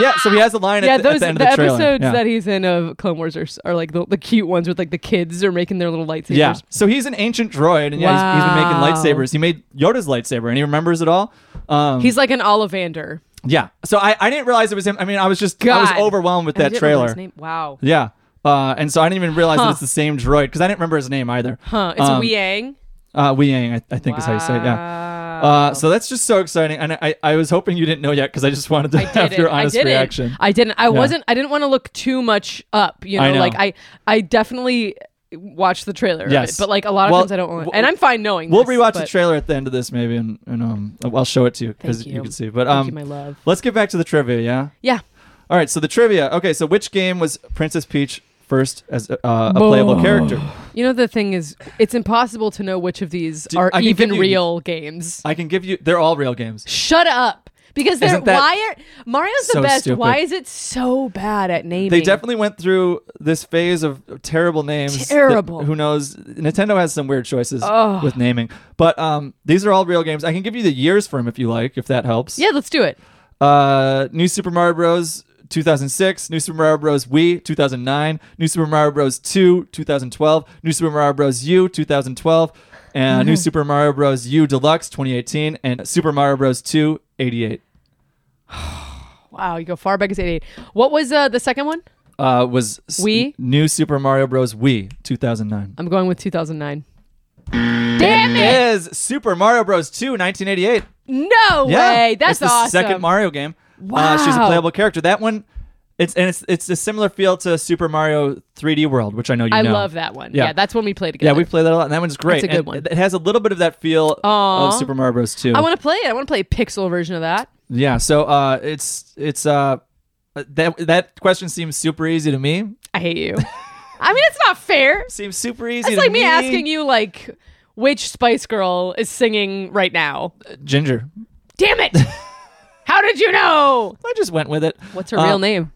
[SPEAKER 3] yeah. So he has a
[SPEAKER 1] [laughs]
[SPEAKER 3] line
[SPEAKER 1] yeah,
[SPEAKER 3] at, the,
[SPEAKER 1] those
[SPEAKER 3] at the
[SPEAKER 1] the,
[SPEAKER 3] end of the, trailer.
[SPEAKER 1] episodes
[SPEAKER 3] yeah.
[SPEAKER 1] that he's in of Clone Wars are, s- are like the, the cute ones with like the kids are making their little lightsabers.
[SPEAKER 3] Yeah. So he's an ancient droid, and yeah, he's,
[SPEAKER 1] Wow.
[SPEAKER 3] he's been making lightsabers. He made Yoda's lightsaber, and he remembers it all. Um,
[SPEAKER 1] He's like an Ollivander.
[SPEAKER 3] yeah. So I, I didn't realize it was him. I mean, I was just I
[SPEAKER 1] God.
[SPEAKER 3] was overwhelmed with
[SPEAKER 1] And I
[SPEAKER 3] that
[SPEAKER 1] didn't remember
[SPEAKER 3] trailer.
[SPEAKER 1] his name. Wow.
[SPEAKER 3] Yeah. Uh, and so I didn't even realize that
[SPEAKER 1] Huh.
[SPEAKER 3] it's the same droid because I didn't remember his name either.
[SPEAKER 1] Huh. It's
[SPEAKER 3] um,
[SPEAKER 1] Weang.
[SPEAKER 3] Uh, Yang, I, I think is how you say it. Yeah.
[SPEAKER 1] Wow.
[SPEAKER 3] Uh, so that's just so exciting, and I, I was hoping you didn't know yet because I just [laughs] wanted to
[SPEAKER 1] I
[SPEAKER 3] have
[SPEAKER 1] didn't.
[SPEAKER 3] your honest
[SPEAKER 1] I didn't.
[SPEAKER 3] reaction.
[SPEAKER 1] I didn't. I wasn't. I didn't want to look too much up. You know,
[SPEAKER 3] I know.
[SPEAKER 1] like I, I definitely watched the trailer. of it,
[SPEAKER 3] Yes.
[SPEAKER 1] but like a lot of
[SPEAKER 3] Well,
[SPEAKER 1] times I don't want.
[SPEAKER 3] w-
[SPEAKER 1] and I'm fine knowing.
[SPEAKER 3] We'll
[SPEAKER 1] this,
[SPEAKER 3] rewatch the
[SPEAKER 1] but-
[SPEAKER 3] trailer at the end of this maybe, and, and um, I'll show it to you because
[SPEAKER 1] Thank
[SPEAKER 3] you.
[SPEAKER 1] you.
[SPEAKER 3] can see. But
[SPEAKER 1] Thank
[SPEAKER 3] um,
[SPEAKER 1] you, my love.
[SPEAKER 3] let's get back to the trivia. Yeah.
[SPEAKER 1] Yeah.
[SPEAKER 3] All right. So the trivia. Okay. So which game was Princess Peach first as a- uh, a playable character?
[SPEAKER 1] You know the thing is, it's impossible to know which of these
[SPEAKER 3] Do-
[SPEAKER 1] are
[SPEAKER 3] I can
[SPEAKER 1] even
[SPEAKER 3] give you-
[SPEAKER 1] real games.
[SPEAKER 3] I can give you. They're all real games.
[SPEAKER 1] Shut up. Because they're
[SPEAKER 3] Isn't that
[SPEAKER 1] why are Mario's
[SPEAKER 3] so
[SPEAKER 1] the best.
[SPEAKER 3] stupid?
[SPEAKER 1] Why is it so bad at naming?
[SPEAKER 3] They definitely went through this phase of terrible names. that-
[SPEAKER 1] Terrible.
[SPEAKER 3] who knows? Nintendo has some weird choices with naming. But um, these are all real games. I can give you the years for them if you like, if that helps.
[SPEAKER 1] Yeah, let's do it.
[SPEAKER 3] Uh, New Super Mario Bros. 2006, New Super Mario Bros. Wii 2009, New Super Mario Bros. 2 2012, New Super Mario Bros. U 2012, and
[SPEAKER 1] [laughs]
[SPEAKER 3] New Super Mario Bros. U Deluxe 2018, and Super Mario Bros. 2 88
[SPEAKER 1] Wow, you go far back as 88. What was uh, the second one?
[SPEAKER 3] uh, was s-
[SPEAKER 1] Wii?
[SPEAKER 3] New Super Mario Bros. Wii 2009.
[SPEAKER 1] I'm going with 2009. Damn it!
[SPEAKER 3] Is Super Mario Bros. 2 1988?
[SPEAKER 1] No
[SPEAKER 3] Yeah,
[SPEAKER 1] way! That's
[SPEAKER 3] it's the
[SPEAKER 1] awesome.
[SPEAKER 3] Second Mario game. Uh, she's a
[SPEAKER 1] Wow.
[SPEAKER 3] playable character. That one, it's and it's it's a similar feel to Super Mario 3D World, which I know you
[SPEAKER 1] I
[SPEAKER 3] know.
[SPEAKER 1] love that one.
[SPEAKER 3] Yeah.
[SPEAKER 1] Yeah. that's when we played
[SPEAKER 3] Yeah,
[SPEAKER 1] together.
[SPEAKER 3] we play that a lot, and that one's great.
[SPEAKER 1] That's a good
[SPEAKER 3] And
[SPEAKER 1] one.
[SPEAKER 3] It it has a little bit of that feel
[SPEAKER 1] Aw.
[SPEAKER 3] of Super Mario Bros. 2.
[SPEAKER 1] I want to play it. I want to play a pixel version of that.
[SPEAKER 3] yeah, so uh, it's it's uh, that that question seems super easy to me.
[SPEAKER 1] I hate you. [laughs] I mean, it's not fair.
[SPEAKER 3] Seems super easy.
[SPEAKER 1] It's
[SPEAKER 3] to
[SPEAKER 1] like me asking you, like, which Spice Girl is singing right now?
[SPEAKER 3] Ginger.
[SPEAKER 1] Damn
[SPEAKER 3] [laughs]
[SPEAKER 1] it! How did you know?
[SPEAKER 3] I just went with it.
[SPEAKER 1] What's her
[SPEAKER 3] Uh,
[SPEAKER 1] real name?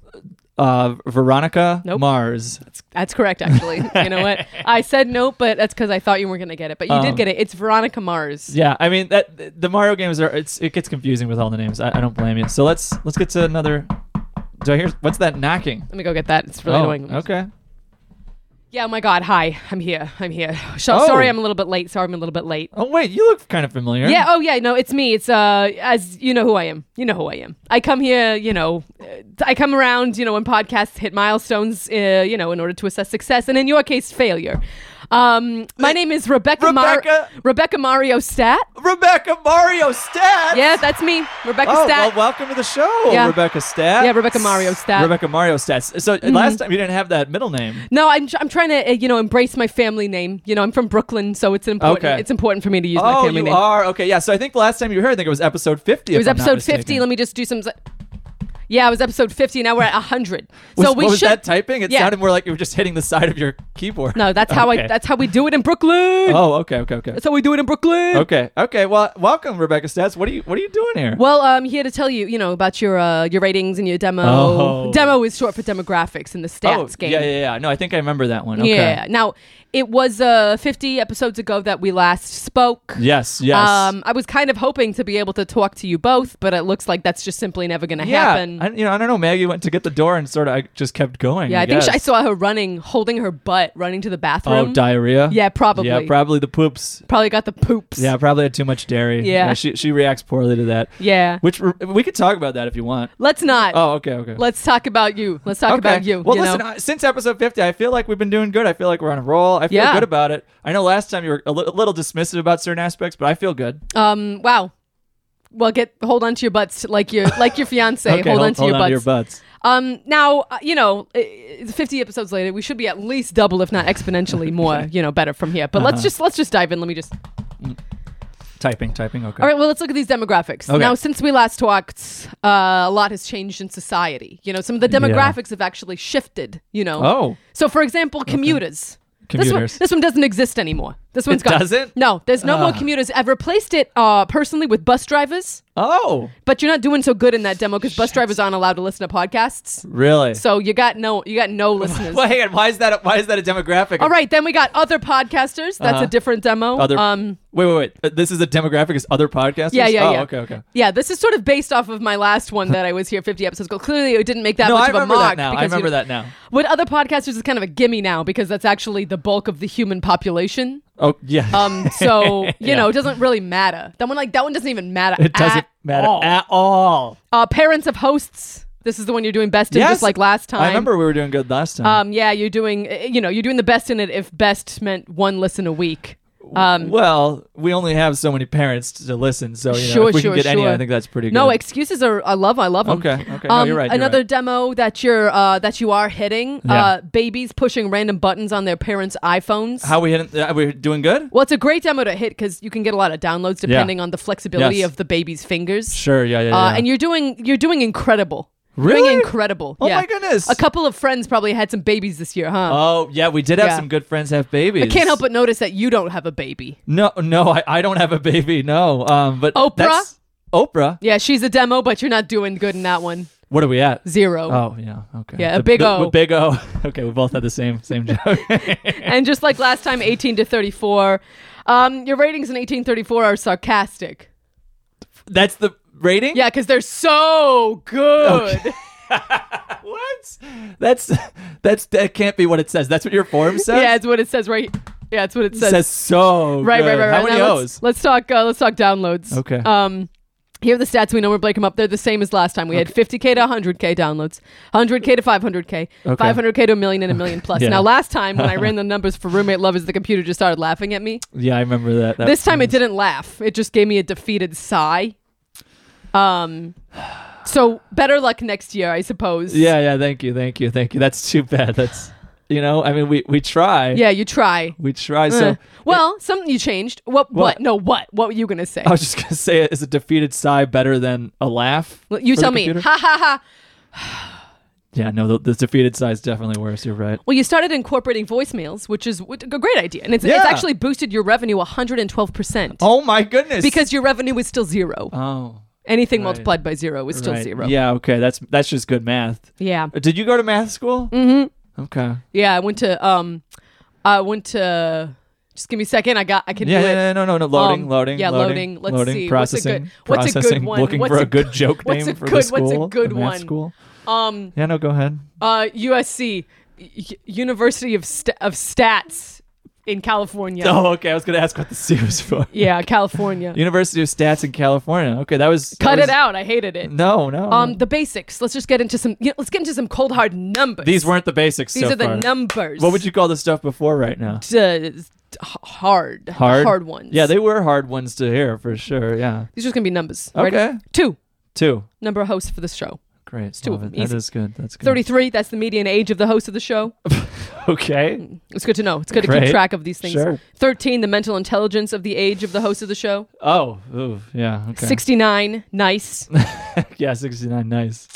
[SPEAKER 3] Uh, Veronica
[SPEAKER 1] Nope.
[SPEAKER 3] Mars.
[SPEAKER 1] That's correct, actually.
[SPEAKER 3] [laughs]
[SPEAKER 1] you know what? I said nope, but that's because I thought you weren't going to get it. But you
[SPEAKER 3] Um,
[SPEAKER 1] did get it. It's Veronica Mars.
[SPEAKER 3] Yeah, I mean that the Mario games are it's it gets confusing with all the names. I, I don't blame you. So let's let's get to another. Do I hear what's that knocking?
[SPEAKER 1] Let me go get that. It's really
[SPEAKER 3] oh,
[SPEAKER 1] annoying.
[SPEAKER 3] okay.
[SPEAKER 1] Yeah, oh my God. Hi. I'm here. I'm here. So,
[SPEAKER 3] Oh.
[SPEAKER 1] Sorry, I'm a little bit late. Sorry, I'm a little bit late.
[SPEAKER 3] Oh wait, you look kind of familiar.
[SPEAKER 1] Yeah. Oh, yeah. No, it's me. It's uh, as you know who I am. You know who I am. I come here. You know, uh, I come around. You know, when podcasts hit milestones. Uh, you know, in order to assess success, and in your case, failure. Um, my name is Rebecca.
[SPEAKER 3] Rebecca?
[SPEAKER 1] Rebecca Mario Stat.
[SPEAKER 3] Rebecca Mario Stat.
[SPEAKER 1] Yeah, that's me, Rebecca
[SPEAKER 3] Oh,
[SPEAKER 1] Stat.
[SPEAKER 3] well, welcome to the show,
[SPEAKER 1] Yeah.
[SPEAKER 3] Rebecca Stat.
[SPEAKER 1] Yeah, Rebecca Mario Mm-hmm. Stat.
[SPEAKER 3] Rebecca Mario Stats. So last time you didn't have that middle name.
[SPEAKER 1] no, I'm, tr- I'm trying to uh, you know embrace my family name. You know, I'm from Brooklyn, so it's important.
[SPEAKER 3] Okay.
[SPEAKER 1] It's important for me to use my
[SPEAKER 3] Oh,
[SPEAKER 1] family
[SPEAKER 3] you
[SPEAKER 1] name.
[SPEAKER 3] are okay. Yeah. So I think the last time you were here, I think it was episode fifty.
[SPEAKER 1] It was episode 50. Let me just do some. Yeah, it was episode 50. Now we're at 100. so we
[SPEAKER 3] was
[SPEAKER 1] should.
[SPEAKER 3] that typing? It
[SPEAKER 1] Yeah.
[SPEAKER 3] sounded more like you were just hitting the side of your keyboard.
[SPEAKER 1] No, that's how
[SPEAKER 3] Okay.
[SPEAKER 1] I. That's how we do it in Brooklyn.
[SPEAKER 3] Oh, okay, okay, okay.
[SPEAKER 1] That's how we do it in Brooklyn.
[SPEAKER 3] [laughs] Okay. Okay. Well, welcome, Rebecca Stats. What are you What are you doing here?
[SPEAKER 1] Well, I'm here to tell you, you know, about your uh, your ratings and your demo.
[SPEAKER 3] Oh.
[SPEAKER 1] Demo is short for demographics in the
[SPEAKER 3] oh,
[SPEAKER 1] stats game.
[SPEAKER 3] yeah, yeah, yeah. No, I think I remember that one. Okay.
[SPEAKER 1] Yeah. Now, it was uh, 50 episodes ago that we last spoke.
[SPEAKER 3] Yes. Yes.
[SPEAKER 1] Um, I was kind of hoping to be able to talk to you both, but it looks like that's just simply never going to
[SPEAKER 3] yeah.
[SPEAKER 1] happen.
[SPEAKER 3] I, you know, I don't know. Maggie went to get the door and sort of I just kept going.
[SPEAKER 1] yeah, I, think she, I
[SPEAKER 3] guess.
[SPEAKER 1] saw her running, holding her butt, running to the
[SPEAKER 3] Oh,
[SPEAKER 1] bathroom.
[SPEAKER 3] diarrhea.
[SPEAKER 1] Yeah, probably.
[SPEAKER 3] Yeah, probably the poops.
[SPEAKER 1] Probably got the poops.
[SPEAKER 3] Yeah, probably had too much dairy.
[SPEAKER 1] Yeah.
[SPEAKER 3] she she reacts poorly to that.
[SPEAKER 1] Yeah.
[SPEAKER 3] Which re- we could talk about that if you want.
[SPEAKER 1] Let's not.
[SPEAKER 3] Oh, okay, okay.
[SPEAKER 1] Let's talk about you. Let's talk
[SPEAKER 3] okay.
[SPEAKER 1] about you.
[SPEAKER 3] Well,
[SPEAKER 1] you
[SPEAKER 3] listen.
[SPEAKER 1] know?
[SPEAKER 3] I, since episode fifty, I feel like we've been doing good. I feel like we're on a roll. I feel
[SPEAKER 1] Yeah.
[SPEAKER 3] good about it. I know last time you were a li- little dismissive about certain aspects, but I feel good.
[SPEAKER 1] Um. Wow. Well, get hold on to your butts like your like your fiance.
[SPEAKER 3] okay,
[SPEAKER 1] hold, on to your butts.
[SPEAKER 3] butts.
[SPEAKER 1] Um. Now, uh, you know, uh, fifty episodes later, we should be at least double, if not exponentially
[SPEAKER 3] [laughs]
[SPEAKER 1] more. You know, better from here. But
[SPEAKER 3] Uh-huh.
[SPEAKER 1] let's just let's just dive in. Let me just.
[SPEAKER 3] Typing, typing. Okay.
[SPEAKER 1] All right. Well, let's look at these demographics.
[SPEAKER 3] Okay.
[SPEAKER 1] Now, since we last talked, uh, a lot has changed in society. You know, some of the demographics have actually shifted. You know.
[SPEAKER 3] Oh.
[SPEAKER 1] So, for example, commuters. This one,
[SPEAKER 3] Commuters.
[SPEAKER 1] this one doesn't exist anymore. This one's
[SPEAKER 3] It
[SPEAKER 1] gone.
[SPEAKER 3] doesn't? Ah.
[SPEAKER 1] No, there's no more commuters. I've replaced it uh, personally with bus drivers,
[SPEAKER 3] Oh,
[SPEAKER 1] but you're not doing so good in that demo because bus drivers aren't allowed to listen to podcasts.
[SPEAKER 3] really?
[SPEAKER 1] So you got no, you got no listeners.
[SPEAKER 3] [laughs] well, hang on. Why is that? Why is that a demographic?
[SPEAKER 1] All right, then we got other podcasters. That's
[SPEAKER 3] Uh-huh.
[SPEAKER 1] a different demo.
[SPEAKER 3] Other.
[SPEAKER 1] um,
[SPEAKER 3] wait, wait, wait. Uh, This is a demographic. Is other podcasters?
[SPEAKER 1] Yeah, yeah,
[SPEAKER 3] oh,
[SPEAKER 1] yeah.
[SPEAKER 3] Okay, okay.
[SPEAKER 1] yeah, this is sort of based off of my last one that I was here 50 episodes ago. Clearly, it didn't make that
[SPEAKER 3] no,
[SPEAKER 1] much
[SPEAKER 3] I
[SPEAKER 1] of a
[SPEAKER 3] remember
[SPEAKER 1] mock.
[SPEAKER 3] that now. I
[SPEAKER 1] because you- Um,
[SPEAKER 3] remember that now.
[SPEAKER 1] With other podcasters, is kind of a gimme now because that's actually the bulk of the human population.
[SPEAKER 3] Oh, yeah. [laughs]
[SPEAKER 1] Um, so you
[SPEAKER 3] Yeah.
[SPEAKER 1] know, it doesn't really matter. That one, like that one, doesn't even matter.
[SPEAKER 3] it doesn't
[SPEAKER 1] at
[SPEAKER 3] matter
[SPEAKER 1] all.
[SPEAKER 3] at all.
[SPEAKER 1] Uh, parents of hosts. This is the one you're doing best in,
[SPEAKER 3] Yes,
[SPEAKER 1] just like last time.
[SPEAKER 3] I remember we were doing good last time.
[SPEAKER 1] Um, yeah, you're doing. uh, You know, you're doing the best in it. If best meant one listen a week. Um,
[SPEAKER 3] well, we only have so many parents to listen, so you know,
[SPEAKER 1] Sure,
[SPEAKER 3] if we
[SPEAKER 1] sure,
[SPEAKER 3] can get any,
[SPEAKER 1] sure.
[SPEAKER 3] I think that's pretty good.
[SPEAKER 1] no excuses are. I love. I love them.
[SPEAKER 3] Okay, okay. No, you're right, you're
[SPEAKER 1] Another
[SPEAKER 3] right.
[SPEAKER 1] demo that you're uh, that you are hitting.
[SPEAKER 3] Yeah.
[SPEAKER 1] Uh, babies pushing random buttons on their parents' iPhones.
[SPEAKER 3] How we hitting? Are we doing good?
[SPEAKER 1] well, it's a great demo to hit because you can get a lot of downloads depending on the flexibility
[SPEAKER 3] Yes.
[SPEAKER 1] of the baby's fingers.
[SPEAKER 3] Sure. Yeah. Yeah.
[SPEAKER 1] Uh,
[SPEAKER 3] yeah.
[SPEAKER 1] and you're doing you're doing incredible.
[SPEAKER 3] Really?
[SPEAKER 1] Doing incredible.
[SPEAKER 3] Oh
[SPEAKER 1] yeah.
[SPEAKER 3] my goodness.
[SPEAKER 1] A couple of friends probably had some babies this year, huh?
[SPEAKER 3] Oh yeah, we did have
[SPEAKER 1] Yeah.
[SPEAKER 3] some good friends have babies.
[SPEAKER 1] I can't help but notice that you don't have a baby.
[SPEAKER 3] No, no, I, I don't have a baby. No, um, but
[SPEAKER 1] Oprah?
[SPEAKER 3] that's- Oprah.
[SPEAKER 1] Yeah, she's a demo, but you're not doing good in that one.
[SPEAKER 3] What are we at?
[SPEAKER 1] Zero.
[SPEAKER 3] Oh yeah, okay.
[SPEAKER 1] Yeah, a big O.
[SPEAKER 3] Big O. [laughs] Okay, we both had the same same joke. [laughs]
[SPEAKER 1] And just like last time, 18 to 34, um, your ratings in 1834 are sarcastic.
[SPEAKER 3] That's the rating.
[SPEAKER 1] Yeah, because they're so good.
[SPEAKER 3] What? That's that's that can't be what it says. That's what your form
[SPEAKER 1] [laughs] [laughs]
[SPEAKER 3] says.
[SPEAKER 1] yeah, it's what it says right. Yeah, it's what it
[SPEAKER 3] it
[SPEAKER 1] says.
[SPEAKER 3] says so.
[SPEAKER 1] right,
[SPEAKER 3] good.
[SPEAKER 1] right, right, right.
[SPEAKER 3] How many
[SPEAKER 1] Now Let's,
[SPEAKER 3] O's?
[SPEAKER 1] let's talk. Uh, let's talk downloads.
[SPEAKER 3] Okay.
[SPEAKER 1] Um, here are the stats we know. We're breaking them up. They're the same as last time. We had 50k to 100k downloads, 100k to 500k, 500k to a million and a million plus.
[SPEAKER 3] Yeah.
[SPEAKER 1] Now, last time
[SPEAKER 3] [laughs]
[SPEAKER 1] when I ran the numbers for roommate lovers, the computer just started laughing at me.
[SPEAKER 3] Yeah, I remember that. That-
[SPEAKER 1] This time, it didn't laugh. It just gave me a defeated sigh. Um, so better luck next year, I suppose.
[SPEAKER 3] Yeah, yeah. Thank you, thank you, thank you. That's too bad. That's you know. I mean, we we try.
[SPEAKER 1] Yeah, you try.
[SPEAKER 3] We try. So.
[SPEAKER 1] Eh. well, something you changed. What, what?
[SPEAKER 3] What? Oh,
[SPEAKER 1] No. What? What were you gonna say?
[SPEAKER 3] I was just gonna say, is a defeated sigh better than a laugh?
[SPEAKER 1] Well, you
[SPEAKER 3] for the
[SPEAKER 1] tell me.
[SPEAKER 3] computer?
[SPEAKER 1] Ha ha ha.
[SPEAKER 3] Yeah, no, the, the defeated sigh is definitely worse. You're right.
[SPEAKER 1] Well, you started incorporating voicemails, which is w- a great idea, and it's,
[SPEAKER 3] Yeah.
[SPEAKER 1] it's actually boosted your revenue 112 percent
[SPEAKER 3] Oh my goodness.
[SPEAKER 1] because your revenue is still zero.
[SPEAKER 3] oh,
[SPEAKER 1] Anything
[SPEAKER 3] right.
[SPEAKER 1] multiplied by zero is still
[SPEAKER 3] right.
[SPEAKER 1] zero.
[SPEAKER 3] Yeah, okay. That's that's just good math.
[SPEAKER 1] yeah,
[SPEAKER 3] Did you go to math school? Mm-hmm. Okay.
[SPEAKER 1] yeah. I went to um, I went to. Just give me a second. I got. I can
[SPEAKER 3] Yeah,
[SPEAKER 1] do
[SPEAKER 3] yeah,
[SPEAKER 1] it.
[SPEAKER 3] yeah, no, no, no. Loading,
[SPEAKER 1] Um,
[SPEAKER 3] loading,
[SPEAKER 1] yeah, loading.
[SPEAKER 3] loading,
[SPEAKER 1] Let's
[SPEAKER 3] loading,
[SPEAKER 1] see. What's a good-
[SPEAKER 3] processing,
[SPEAKER 1] what's a good
[SPEAKER 3] processing,
[SPEAKER 1] one?
[SPEAKER 3] Looking
[SPEAKER 1] What's
[SPEAKER 3] for
[SPEAKER 1] a
[SPEAKER 3] a good
[SPEAKER 1] [laughs]
[SPEAKER 3] joke
[SPEAKER 1] what's a
[SPEAKER 3] name for the
[SPEAKER 1] good- what's a
[SPEAKER 3] school.
[SPEAKER 1] good
[SPEAKER 3] the math
[SPEAKER 1] one?
[SPEAKER 3] School.
[SPEAKER 1] Um,
[SPEAKER 3] Yeah, no, go ahead.
[SPEAKER 1] uh, USC, U- University of St- of Stats in California.
[SPEAKER 3] [laughs] Oh, okay. I was gonna ask what the C was for.
[SPEAKER 1] Yeah,
[SPEAKER 3] [laughs]
[SPEAKER 1] California.
[SPEAKER 3] University of Stats in California. Okay, that was that
[SPEAKER 1] Cut
[SPEAKER 3] was-
[SPEAKER 1] it out. I hated it.
[SPEAKER 3] No, no.
[SPEAKER 1] Um, the basics. Let's just get into some. You know, let's get into some cold hard numbers.
[SPEAKER 3] these weren't the basics.
[SPEAKER 1] These
[SPEAKER 3] so
[SPEAKER 1] are the
[SPEAKER 3] far.
[SPEAKER 1] numbers.
[SPEAKER 3] What would you call the stuff before right now?
[SPEAKER 1] Uh, hard,
[SPEAKER 3] Hard,
[SPEAKER 1] hard ones.
[SPEAKER 3] Yeah, they were hard ones to hear for sure. Yeah.
[SPEAKER 1] These are just gonna be numbers.
[SPEAKER 3] Okay.
[SPEAKER 1] Ready? Two
[SPEAKER 3] Two.
[SPEAKER 1] number of hosts for the show.
[SPEAKER 3] Great.
[SPEAKER 1] two
[SPEAKER 3] love
[SPEAKER 1] of them,
[SPEAKER 3] it. That
[SPEAKER 1] easy.
[SPEAKER 3] is good. That's good.
[SPEAKER 1] Thirty-three. That's the median age of the host of the show.
[SPEAKER 3] Okay.
[SPEAKER 1] It's good to know. It's good to
[SPEAKER 3] Great.
[SPEAKER 1] keep track of these things.
[SPEAKER 3] Sure.
[SPEAKER 1] Thirteen. The mental intelligence of the age of the host of the show.
[SPEAKER 3] Oh, ooh, yeah. Okay.
[SPEAKER 1] Sixty-nine. Nice.
[SPEAKER 3] [laughs] yeah, 69. Nice.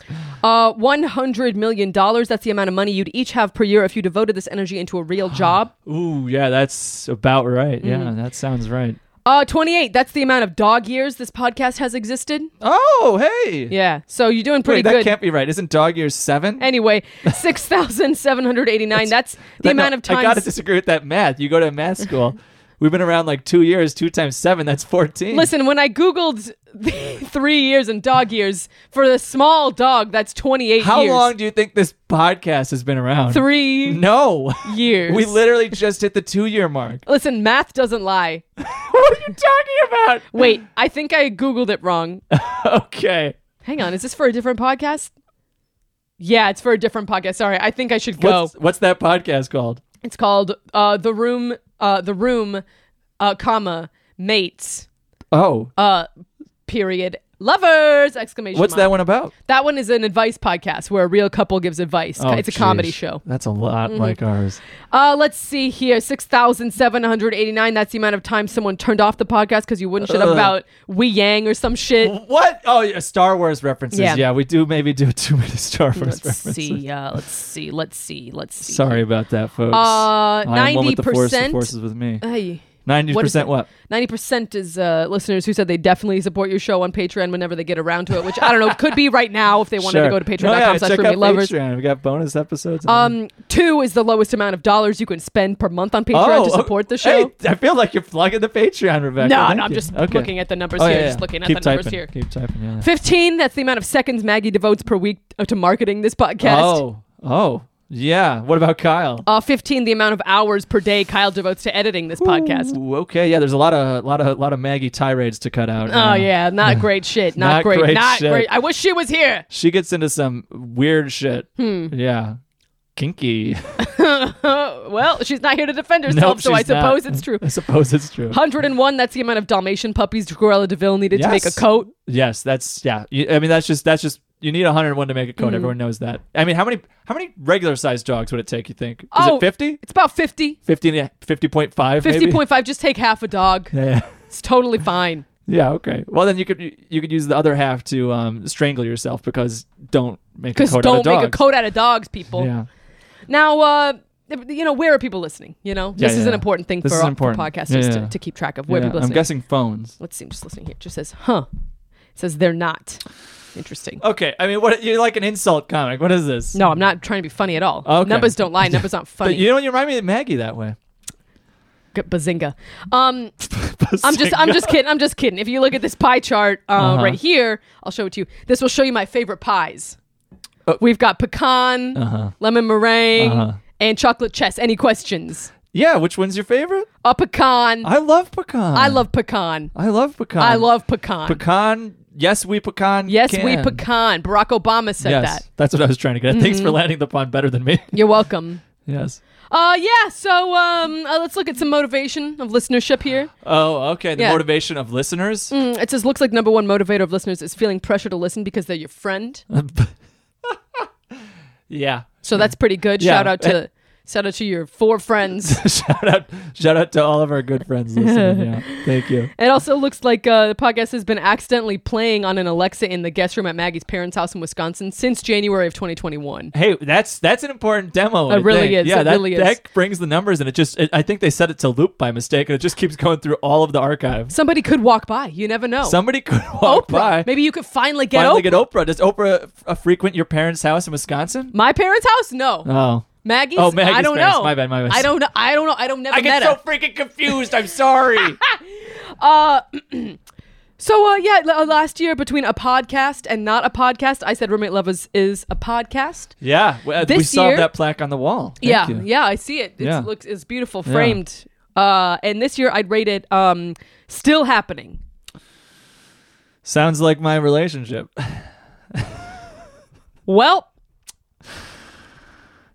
[SPEAKER 1] Uh, one hundred million dollars. That's the amount of money you'd each have per year if you devoted this energy into a
[SPEAKER 3] [gasps]
[SPEAKER 1] real job.
[SPEAKER 3] Ooh, yeah, that's about right. Yeah,
[SPEAKER 1] Mm-hmm.
[SPEAKER 3] that sounds right.
[SPEAKER 1] Uh, twenty-eight. That's the amount of dog years this podcast has existed.
[SPEAKER 3] Oh, hey.
[SPEAKER 1] Yeah. So you're doing pretty
[SPEAKER 3] Wait, that
[SPEAKER 1] good.
[SPEAKER 3] can't be right. Isn't dog years seven? [laughs]
[SPEAKER 1] Anyway, 6,789. That's, the
[SPEAKER 3] That- no,
[SPEAKER 1] amount of times.
[SPEAKER 3] I gotta disagree with that math. You go to
[SPEAKER 1] [laughs]
[SPEAKER 3] math school. We've been around like two years. Two times seven, that's 14.
[SPEAKER 1] Listen, when I Googled [laughs] three years and dog years, for the small dog, that's 28
[SPEAKER 3] How
[SPEAKER 1] years.
[SPEAKER 3] long do you think this podcast has been around?
[SPEAKER 1] Three
[SPEAKER 3] [laughs] No.
[SPEAKER 1] years.
[SPEAKER 3] We literally just hit the two
[SPEAKER 1] [laughs]
[SPEAKER 3] year mark. [laughs]
[SPEAKER 1] Listen, math doesn't lie.
[SPEAKER 3] what are you talking about? [laughs]
[SPEAKER 1] Wait, I think I Googled it wrong.
[SPEAKER 3] Okay.
[SPEAKER 1] Hang on. Is this for a different podcast? Yeah, it's for a different podcast. Sorry, I think I should go.
[SPEAKER 3] What's, what's that podcast called?
[SPEAKER 1] It's called uh, The Room, uh, The Room, uh, comma, Mates,
[SPEAKER 3] Oh,
[SPEAKER 1] uh, period, Lovers, exclamation
[SPEAKER 3] what's
[SPEAKER 1] mark.
[SPEAKER 3] that one about?
[SPEAKER 1] That one is an advice podcast where a real couple gives advice.
[SPEAKER 3] Oh,
[SPEAKER 1] it's a comedy
[SPEAKER 3] jeez.
[SPEAKER 1] show. Mm-hmm.
[SPEAKER 3] That's a lot like ours.
[SPEAKER 1] Uh, let's see here. 6,789. That's the amount of time someone turned off the podcast because you wouldn't shut up
[SPEAKER 3] Ugh.
[SPEAKER 1] about Wee Yang or some
[SPEAKER 3] [laughs]
[SPEAKER 1] shit.
[SPEAKER 3] What? Oh, yeah, Star Wars references.
[SPEAKER 1] Yeah.
[SPEAKER 3] Yeah. we do maybe do too many Star Wars
[SPEAKER 1] Let's
[SPEAKER 3] references.
[SPEAKER 1] see. Uh, let's see. Let's see. Let's see.
[SPEAKER 3] Sorry about that, folks.
[SPEAKER 1] Uh,
[SPEAKER 3] I am one with the force, the
[SPEAKER 1] 90%.
[SPEAKER 3] force is with me.
[SPEAKER 1] Hey,
[SPEAKER 3] Ninety
[SPEAKER 1] What is
[SPEAKER 3] percent
[SPEAKER 1] it?
[SPEAKER 3] what?
[SPEAKER 1] 90% is uh, listeners who said they definitely support your show on Patreon whenever they get around to it, which I don't know, could be right now if they wanted to go to
[SPEAKER 3] No,
[SPEAKER 1] patreon.com
[SPEAKER 3] yeah,
[SPEAKER 1] slash
[SPEAKER 3] check out
[SPEAKER 1] roommate lovers.
[SPEAKER 3] Patreon. We got bonus episodes. and-
[SPEAKER 1] Um, two is the lowest amount of dollars you can spend per month on Patreon
[SPEAKER 3] oh,
[SPEAKER 1] to
[SPEAKER 3] oh,
[SPEAKER 1] support
[SPEAKER 3] [laughs]
[SPEAKER 1] the show.
[SPEAKER 3] Hey, I feel like you're plugging the Patreon, Rebecca.
[SPEAKER 1] no,
[SPEAKER 3] Thank
[SPEAKER 1] no, I'm
[SPEAKER 3] you.
[SPEAKER 1] just
[SPEAKER 3] Okay.
[SPEAKER 1] looking at the numbers
[SPEAKER 3] Oh,
[SPEAKER 1] here.
[SPEAKER 3] yeah, yeah.
[SPEAKER 1] Just looking at
[SPEAKER 3] Keep
[SPEAKER 1] the
[SPEAKER 3] typing.
[SPEAKER 1] numbers here.
[SPEAKER 3] Keep typing. Yeah.
[SPEAKER 1] 15, that's the amount of seconds Maggie devotes per week uh, to marketing this podcast.
[SPEAKER 3] Oh, oh, yeah. What about Kyle?
[SPEAKER 1] Uh, 15, the amount of hours per day Kyle devotes to editing this podcast.
[SPEAKER 3] Ooh, okay, yeah. There's a lot of lot of lot of Maggie tirades to cut out.
[SPEAKER 1] Oh,
[SPEAKER 3] Uh,
[SPEAKER 1] yeah, not great shit. Not,
[SPEAKER 3] Not
[SPEAKER 1] great.
[SPEAKER 3] great
[SPEAKER 1] not
[SPEAKER 3] shit.
[SPEAKER 1] great. I wish she was here.
[SPEAKER 3] She gets into some weird shit.
[SPEAKER 1] Hmm.
[SPEAKER 3] Yeah. Kinky. [laughs]
[SPEAKER 1] Uh, well, she's not here to defend herself,
[SPEAKER 3] Nope,
[SPEAKER 1] so I
[SPEAKER 3] she's not.
[SPEAKER 1] suppose it's true.
[SPEAKER 3] [laughs] I suppose it's true.
[SPEAKER 1] 101, that's the amount of Dalmatian puppies Gorilla DeVille needed to make a
[SPEAKER 3] Yes.
[SPEAKER 1] coat.
[SPEAKER 3] Yes, that's yeah. You- I mean, that's just that's just you need 101 to make a coat.
[SPEAKER 1] Mm-hmm.
[SPEAKER 3] Everyone knows that. I mean, how many how many regular sized dogs would it take? You think? Is
[SPEAKER 1] Oh.
[SPEAKER 3] it 50?
[SPEAKER 1] It's about 50.
[SPEAKER 3] 50 and a- 50.5 maybe?
[SPEAKER 1] 50.5, just take half a dog.
[SPEAKER 3] [laughs] Yeah.
[SPEAKER 1] It's totally fine.
[SPEAKER 3] Yeah. Okay. Well, then you could you could use the other half to um, strangle yourself because don't make [laughs] a
[SPEAKER 1] Because
[SPEAKER 3] coat
[SPEAKER 1] don't
[SPEAKER 3] out of
[SPEAKER 1] make a
[SPEAKER 3] dogs.
[SPEAKER 1] coat out of dogs, people.
[SPEAKER 3] Yeah.
[SPEAKER 1] Now, uh, you know, where are people listening? You know,
[SPEAKER 3] Yeah,
[SPEAKER 1] this is
[SPEAKER 3] yeah,
[SPEAKER 1] an
[SPEAKER 3] yeah.
[SPEAKER 1] important thing
[SPEAKER 3] This
[SPEAKER 1] for,
[SPEAKER 3] is
[SPEAKER 1] for
[SPEAKER 3] important.
[SPEAKER 1] podcasters
[SPEAKER 3] Yeah,
[SPEAKER 1] to,
[SPEAKER 3] yeah.
[SPEAKER 1] to keep track of where
[SPEAKER 3] Yeah,
[SPEAKER 1] people
[SPEAKER 3] I'm
[SPEAKER 1] listening.
[SPEAKER 3] guessing phones.
[SPEAKER 1] Let's see, I'm just listening here. It just says, huh. It says they're not. Interesting.
[SPEAKER 3] Okay. I mean, what you're like an insult comic. What is this?
[SPEAKER 1] No, I'm not trying to be funny at all.
[SPEAKER 3] Okay.
[SPEAKER 1] Numbers don't
[SPEAKER 3] [laughs]
[SPEAKER 1] lie. Numbers aren't funny.
[SPEAKER 3] But you know what? You remind me of Maggie that way.
[SPEAKER 1] G- Bazinga. Um, I'm just I'm just kidding. I'm just kidding. If you look at this pie chart uh, right here, I'll show it to you. This will show you my favorite pies.
[SPEAKER 3] Uh,
[SPEAKER 1] We've got pecan, lemon meringue, and chocolate chess. Any questions?
[SPEAKER 3] Yeah. Which one's your favorite?
[SPEAKER 1] A pecan. I,
[SPEAKER 3] I love pecan.
[SPEAKER 1] love pecan.
[SPEAKER 3] I love pecan.
[SPEAKER 1] I love pecan.
[SPEAKER 3] pecan. Yes, we pecan.
[SPEAKER 1] yes,
[SPEAKER 3] can.
[SPEAKER 1] we pecan. Barack Obama said
[SPEAKER 3] Yes,
[SPEAKER 1] that. Mm-hmm.
[SPEAKER 3] that's what I was trying to get. at. Thanks for landing the pun better than me. [laughs]
[SPEAKER 1] You're welcome.
[SPEAKER 3] yes.
[SPEAKER 1] Uh, yeah. So um, uh, let's look at some motivation of listenership here.
[SPEAKER 3] Oh, okay. The
[SPEAKER 1] Yeah.
[SPEAKER 3] motivation of listeners.
[SPEAKER 1] Mm, It says looks like number one motivator of listeners is feeling pressure to listen because they're your friend.
[SPEAKER 3] yeah. [laughs]
[SPEAKER 1] So that's pretty good.
[SPEAKER 3] Mm. Yeah.
[SPEAKER 1] Shout out to shout out to your four friends.
[SPEAKER 3] shout out! Shout out to all of our good friends listening.
[SPEAKER 1] [laughs]
[SPEAKER 3] Yeah. Thank you.
[SPEAKER 1] it also looks like uh, the podcast has been accidentally playing on an Alexa in the guest room at Maggie's parents' house in Wisconsin since January of 2021.
[SPEAKER 3] Hey, that's that's an important demo. I
[SPEAKER 1] It really
[SPEAKER 3] think.
[SPEAKER 1] is,
[SPEAKER 3] Yeah,
[SPEAKER 1] it
[SPEAKER 3] that,
[SPEAKER 1] really is.
[SPEAKER 3] that brings the numbers, and it just it, I think they set it to loop by mistake, and it just keeps going through all of the archives.
[SPEAKER 1] Somebody could walk by. You never know.
[SPEAKER 3] Somebody could
[SPEAKER 1] Oh. Oprah.
[SPEAKER 3] walk by.
[SPEAKER 1] Maybe you could finally get
[SPEAKER 3] finally
[SPEAKER 1] Oprah.
[SPEAKER 3] get Oprah. Does Oprah f- uh, frequent your parents' house in Wisconsin?
[SPEAKER 1] My parents' house? No.
[SPEAKER 3] Oh,
[SPEAKER 1] Maggie's?
[SPEAKER 3] Oh, Maggie's
[SPEAKER 1] I don't
[SPEAKER 3] parents.
[SPEAKER 1] know.
[SPEAKER 3] My bad, my bad.
[SPEAKER 1] I don't know. I don't know. I don't never
[SPEAKER 3] I get
[SPEAKER 1] met
[SPEAKER 3] so
[SPEAKER 1] her.
[SPEAKER 3] freaking confused. I'm sorry.
[SPEAKER 1] So uh, yeah, l- last year between a podcast and not a podcast, I said Roommate Lovers is a podcast.
[SPEAKER 3] yeah, we, uh, we
[SPEAKER 1] This
[SPEAKER 3] saw
[SPEAKER 1] year-
[SPEAKER 3] that plaque on the wall. Thank
[SPEAKER 1] yeah,
[SPEAKER 3] you.
[SPEAKER 1] yeah, I see it. It
[SPEAKER 3] Yeah.
[SPEAKER 1] looks it's beautiful,
[SPEAKER 3] Yeah.
[SPEAKER 1] framed. Uh, and this year I'd rate it um, still happening.
[SPEAKER 3] Sounds like my relationship. [laughs]
[SPEAKER 1] Well,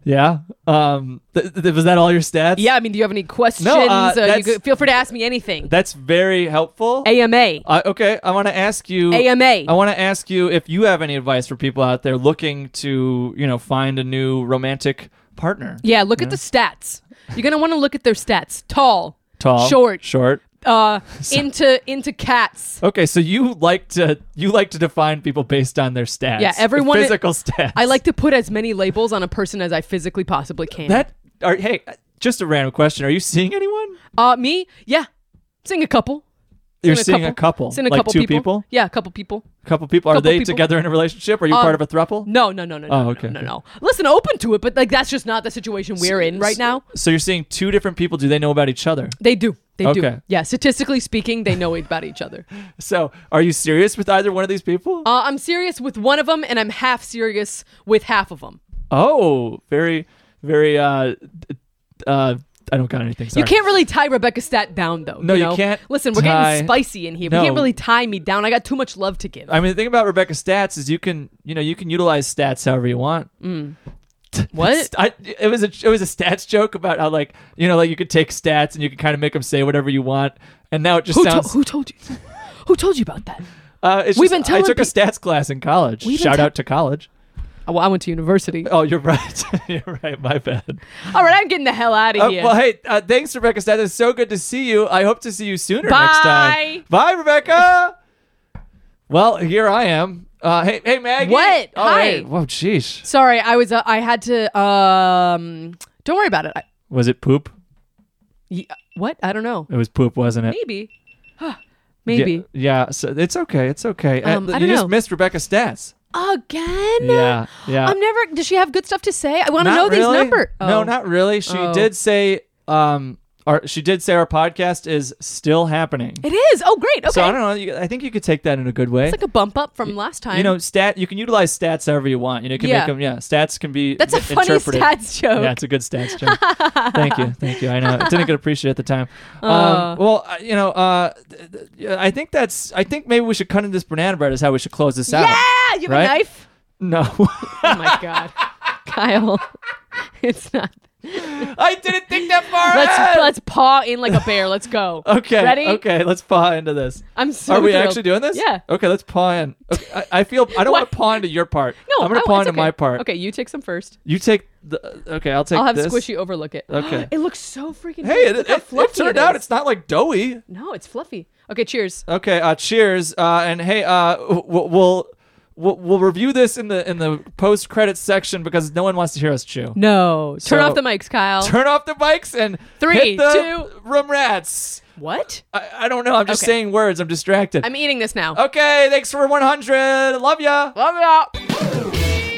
[SPEAKER 3] Yeah. Um. Th- th- was that all your stats?
[SPEAKER 1] yeah. I mean, do you have any questions? uh, you
[SPEAKER 3] that's-
[SPEAKER 1] could, feel free to ask me anything.
[SPEAKER 3] That's very helpful.
[SPEAKER 1] AMA,
[SPEAKER 3] I- okay, Oh, I want to ask you.
[SPEAKER 1] AMA.
[SPEAKER 3] I want to ask you if you have any advice for people out there looking to, you know, find a new romantic partner.
[SPEAKER 1] yeah. Look at the stats. You're gonna want to look at their stats. Tall,
[SPEAKER 3] Tall,
[SPEAKER 1] short,
[SPEAKER 3] short.
[SPEAKER 1] uh,
[SPEAKER 3] [laughs]
[SPEAKER 1] into into cats.
[SPEAKER 3] Okay, so you like to you like to define people based on their stats.
[SPEAKER 1] Yeah, everyone-
[SPEAKER 3] physical stats.
[SPEAKER 1] I like to put as many labels on a person as I physically possibly can.
[SPEAKER 3] that. Are, hey, just a random question: Are you seeing anyone?
[SPEAKER 1] uh, me, yeah. Seeing a couple.
[SPEAKER 3] You're
[SPEAKER 1] Seen
[SPEAKER 3] seeing a couple,
[SPEAKER 1] Seen a
[SPEAKER 3] like
[SPEAKER 1] couple
[SPEAKER 3] two
[SPEAKER 1] people.
[SPEAKER 3] people?
[SPEAKER 1] Yeah, a couple people.
[SPEAKER 3] A couple people. Are
[SPEAKER 1] Couple
[SPEAKER 3] they
[SPEAKER 1] people.
[SPEAKER 3] together in a relationship? Are you
[SPEAKER 1] Um,
[SPEAKER 3] part of a throuple?
[SPEAKER 1] No, no, no, no, no,
[SPEAKER 3] Oh,
[SPEAKER 1] no,
[SPEAKER 3] okay,
[SPEAKER 1] no,
[SPEAKER 3] okay.
[SPEAKER 1] no. Listen, open to it, but like that's just not the situation we're in right now.
[SPEAKER 3] So you're seeing two different people. Do they know about each other?
[SPEAKER 1] They do. They do.
[SPEAKER 3] Okay.
[SPEAKER 1] Yeah, statistically speaking, they know about each
[SPEAKER 3] [laughs]
[SPEAKER 1] other. Uh,
[SPEAKER 3] So are you serious with either one of these people?
[SPEAKER 1] I'm serious with one of them, and I'm half serious with half of them.
[SPEAKER 3] Oh, very, very. uh d- uh I don't got anything. Sorry.
[SPEAKER 1] You can't really tie Rebecca Stat down, though.
[SPEAKER 3] No, you
[SPEAKER 1] know?
[SPEAKER 3] can't
[SPEAKER 1] Listen, we're
[SPEAKER 3] tie-
[SPEAKER 1] getting spicy in here.
[SPEAKER 3] No.
[SPEAKER 1] We can't really tie me down. I got too much love to give.
[SPEAKER 3] I mean, the thing about Rebecca stats is you can, you know, you can utilize stats however you want.
[SPEAKER 1] Mm.
[SPEAKER 3] [laughs]
[SPEAKER 1] what?
[SPEAKER 3] I, it was a it was a stats joke about how like you know like you could take stats and you could kind of make them say whatever you want, and now it just
[SPEAKER 1] Who, to-
[SPEAKER 3] sounds.
[SPEAKER 1] who told you? Who told you about that?
[SPEAKER 3] uh, it's
[SPEAKER 1] We've
[SPEAKER 3] just-
[SPEAKER 1] been
[SPEAKER 3] I took a
[SPEAKER 1] telling
[SPEAKER 3] stats class in college.
[SPEAKER 1] We've been
[SPEAKER 3] Shout
[SPEAKER 1] tell-
[SPEAKER 3] out to college.
[SPEAKER 1] Oh, well, I went to
[SPEAKER 3] [laughs]
[SPEAKER 1] university.
[SPEAKER 3] Oh, you're right. you're right. My bad.
[SPEAKER 1] All right, I'm getting the hell out of
[SPEAKER 3] Uh,
[SPEAKER 1] here.
[SPEAKER 3] well, hey, uh, thanks, Rebecca Stats. It's so good to see you. I hope to see you sooner next
[SPEAKER 1] Bye.
[SPEAKER 3] time. Bye, Rebecca. well, here I am. Uh, hey, hey, Maggie.
[SPEAKER 1] What?
[SPEAKER 3] Oh,
[SPEAKER 1] Hi.
[SPEAKER 3] hey. Whoa, jeez.
[SPEAKER 1] Sorry, I was. Uh, I had to. Um, don't worry about it. I,
[SPEAKER 3] Was it poop?
[SPEAKER 1] y- uh, What? I don't know.
[SPEAKER 3] It was poop, wasn't it?
[SPEAKER 1] Maybe.
[SPEAKER 3] Yeah-
[SPEAKER 1] Maybe.
[SPEAKER 3] Yeah, so it's okay. It's okay. Uh,
[SPEAKER 1] Um, I
[SPEAKER 3] you
[SPEAKER 1] don't
[SPEAKER 3] just
[SPEAKER 1] know.
[SPEAKER 3] missed Rebecca's stats.
[SPEAKER 1] Again?
[SPEAKER 3] Yeah, yeah.
[SPEAKER 1] I'm never. Does she have good stuff to say? I want to
[SPEAKER 3] Not
[SPEAKER 1] know these
[SPEAKER 3] really.
[SPEAKER 1] numbers.
[SPEAKER 3] No, not really. She
[SPEAKER 1] Oh.
[SPEAKER 3] did say um our she did say our podcast is still happening.
[SPEAKER 1] It is. Oh, great. Okay.
[SPEAKER 3] So I don't know. You, I think you could take that in a good way.
[SPEAKER 1] it's like a bump up from last time.
[SPEAKER 3] you know, stat. You can utilize stats however you want. You know, you can
[SPEAKER 1] Yeah.
[SPEAKER 3] make them. Yeah, stats can be.
[SPEAKER 1] that's a
[SPEAKER 3] mi-
[SPEAKER 1] funny
[SPEAKER 3] interpreted.
[SPEAKER 1] stats joke.
[SPEAKER 3] Yeah, it's a good stats joke. thank you, thank you. I know. I didn't get appreciated at the time.
[SPEAKER 1] Oh.
[SPEAKER 3] Um, well, I- you know, uh, th- th- yeah, I think that's. I think maybe we should cut in this banana bread. Is how we should close this out.
[SPEAKER 1] yeah. Ah, You have
[SPEAKER 3] right?
[SPEAKER 1] a knife?
[SPEAKER 3] No, [laughs]
[SPEAKER 1] Oh my god, Kyle. [laughs] It's not.
[SPEAKER 3] I didn't think that far.
[SPEAKER 1] Let's
[SPEAKER 3] ahead!
[SPEAKER 1] let's paw in like a bear. Let's go.
[SPEAKER 3] [laughs] Okay.
[SPEAKER 1] Ready?
[SPEAKER 3] Okay. Let's paw into this.
[SPEAKER 1] I'm so.
[SPEAKER 3] Are we
[SPEAKER 1] thrilled.
[SPEAKER 3] actually doing this?
[SPEAKER 1] Yeah.
[SPEAKER 3] Okay. Let's paw in. Okay, I, I feel I don't
[SPEAKER 1] [laughs]
[SPEAKER 3] want
[SPEAKER 1] What?
[SPEAKER 3] to paw into your part.
[SPEAKER 1] No,
[SPEAKER 3] I'm gonna
[SPEAKER 1] I-
[SPEAKER 3] paw
[SPEAKER 1] it's
[SPEAKER 3] into
[SPEAKER 1] okay.
[SPEAKER 3] my part.
[SPEAKER 1] Okay, you take some first.
[SPEAKER 3] You take the. Okay. I'll take.
[SPEAKER 1] I'll have
[SPEAKER 3] this.
[SPEAKER 1] Squishy overlook it.
[SPEAKER 3] Okay.
[SPEAKER 1] [gasps] it looks so freaking.
[SPEAKER 3] Hey,
[SPEAKER 1] good.
[SPEAKER 3] it,
[SPEAKER 1] Look
[SPEAKER 3] it,
[SPEAKER 1] how
[SPEAKER 3] it,
[SPEAKER 1] fluffy
[SPEAKER 3] turned
[SPEAKER 1] is.
[SPEAKER 3] out it's not like doughy.
[SPEAKER 1] No, it's fluffy. Okay, cheers.
[SPEAKER 3] Okay. Uh, cheers. Uh, and hey, uh, w- w- we'll. We'll, we'll review this in the in the post credit section because no one wants to hear us chew.
[SPEAKER 1] No, turn
[SPEAKER 3] So-
[SPEAKER 1] off the mics, Kyle.
[SPEAKER 3] Turn off the bikes and
[SPEAKER 1] Three,
[SPEAKER 3] hit the
[SPEAKER 1] two-
[SPEAKER 3] room rats.
[SPEAKER 1] what?
[SPEAKER 3] I, I don't know. I'm just
[SPEAKER 1] Okay.
[SPEAKER 3] saying words. I'm distracted.
[SPEAKER 1] I'm eating this now.
[SPEAKER 3] okay, thanks for 100. Love ya.
[SPEAKER 1] Love ya.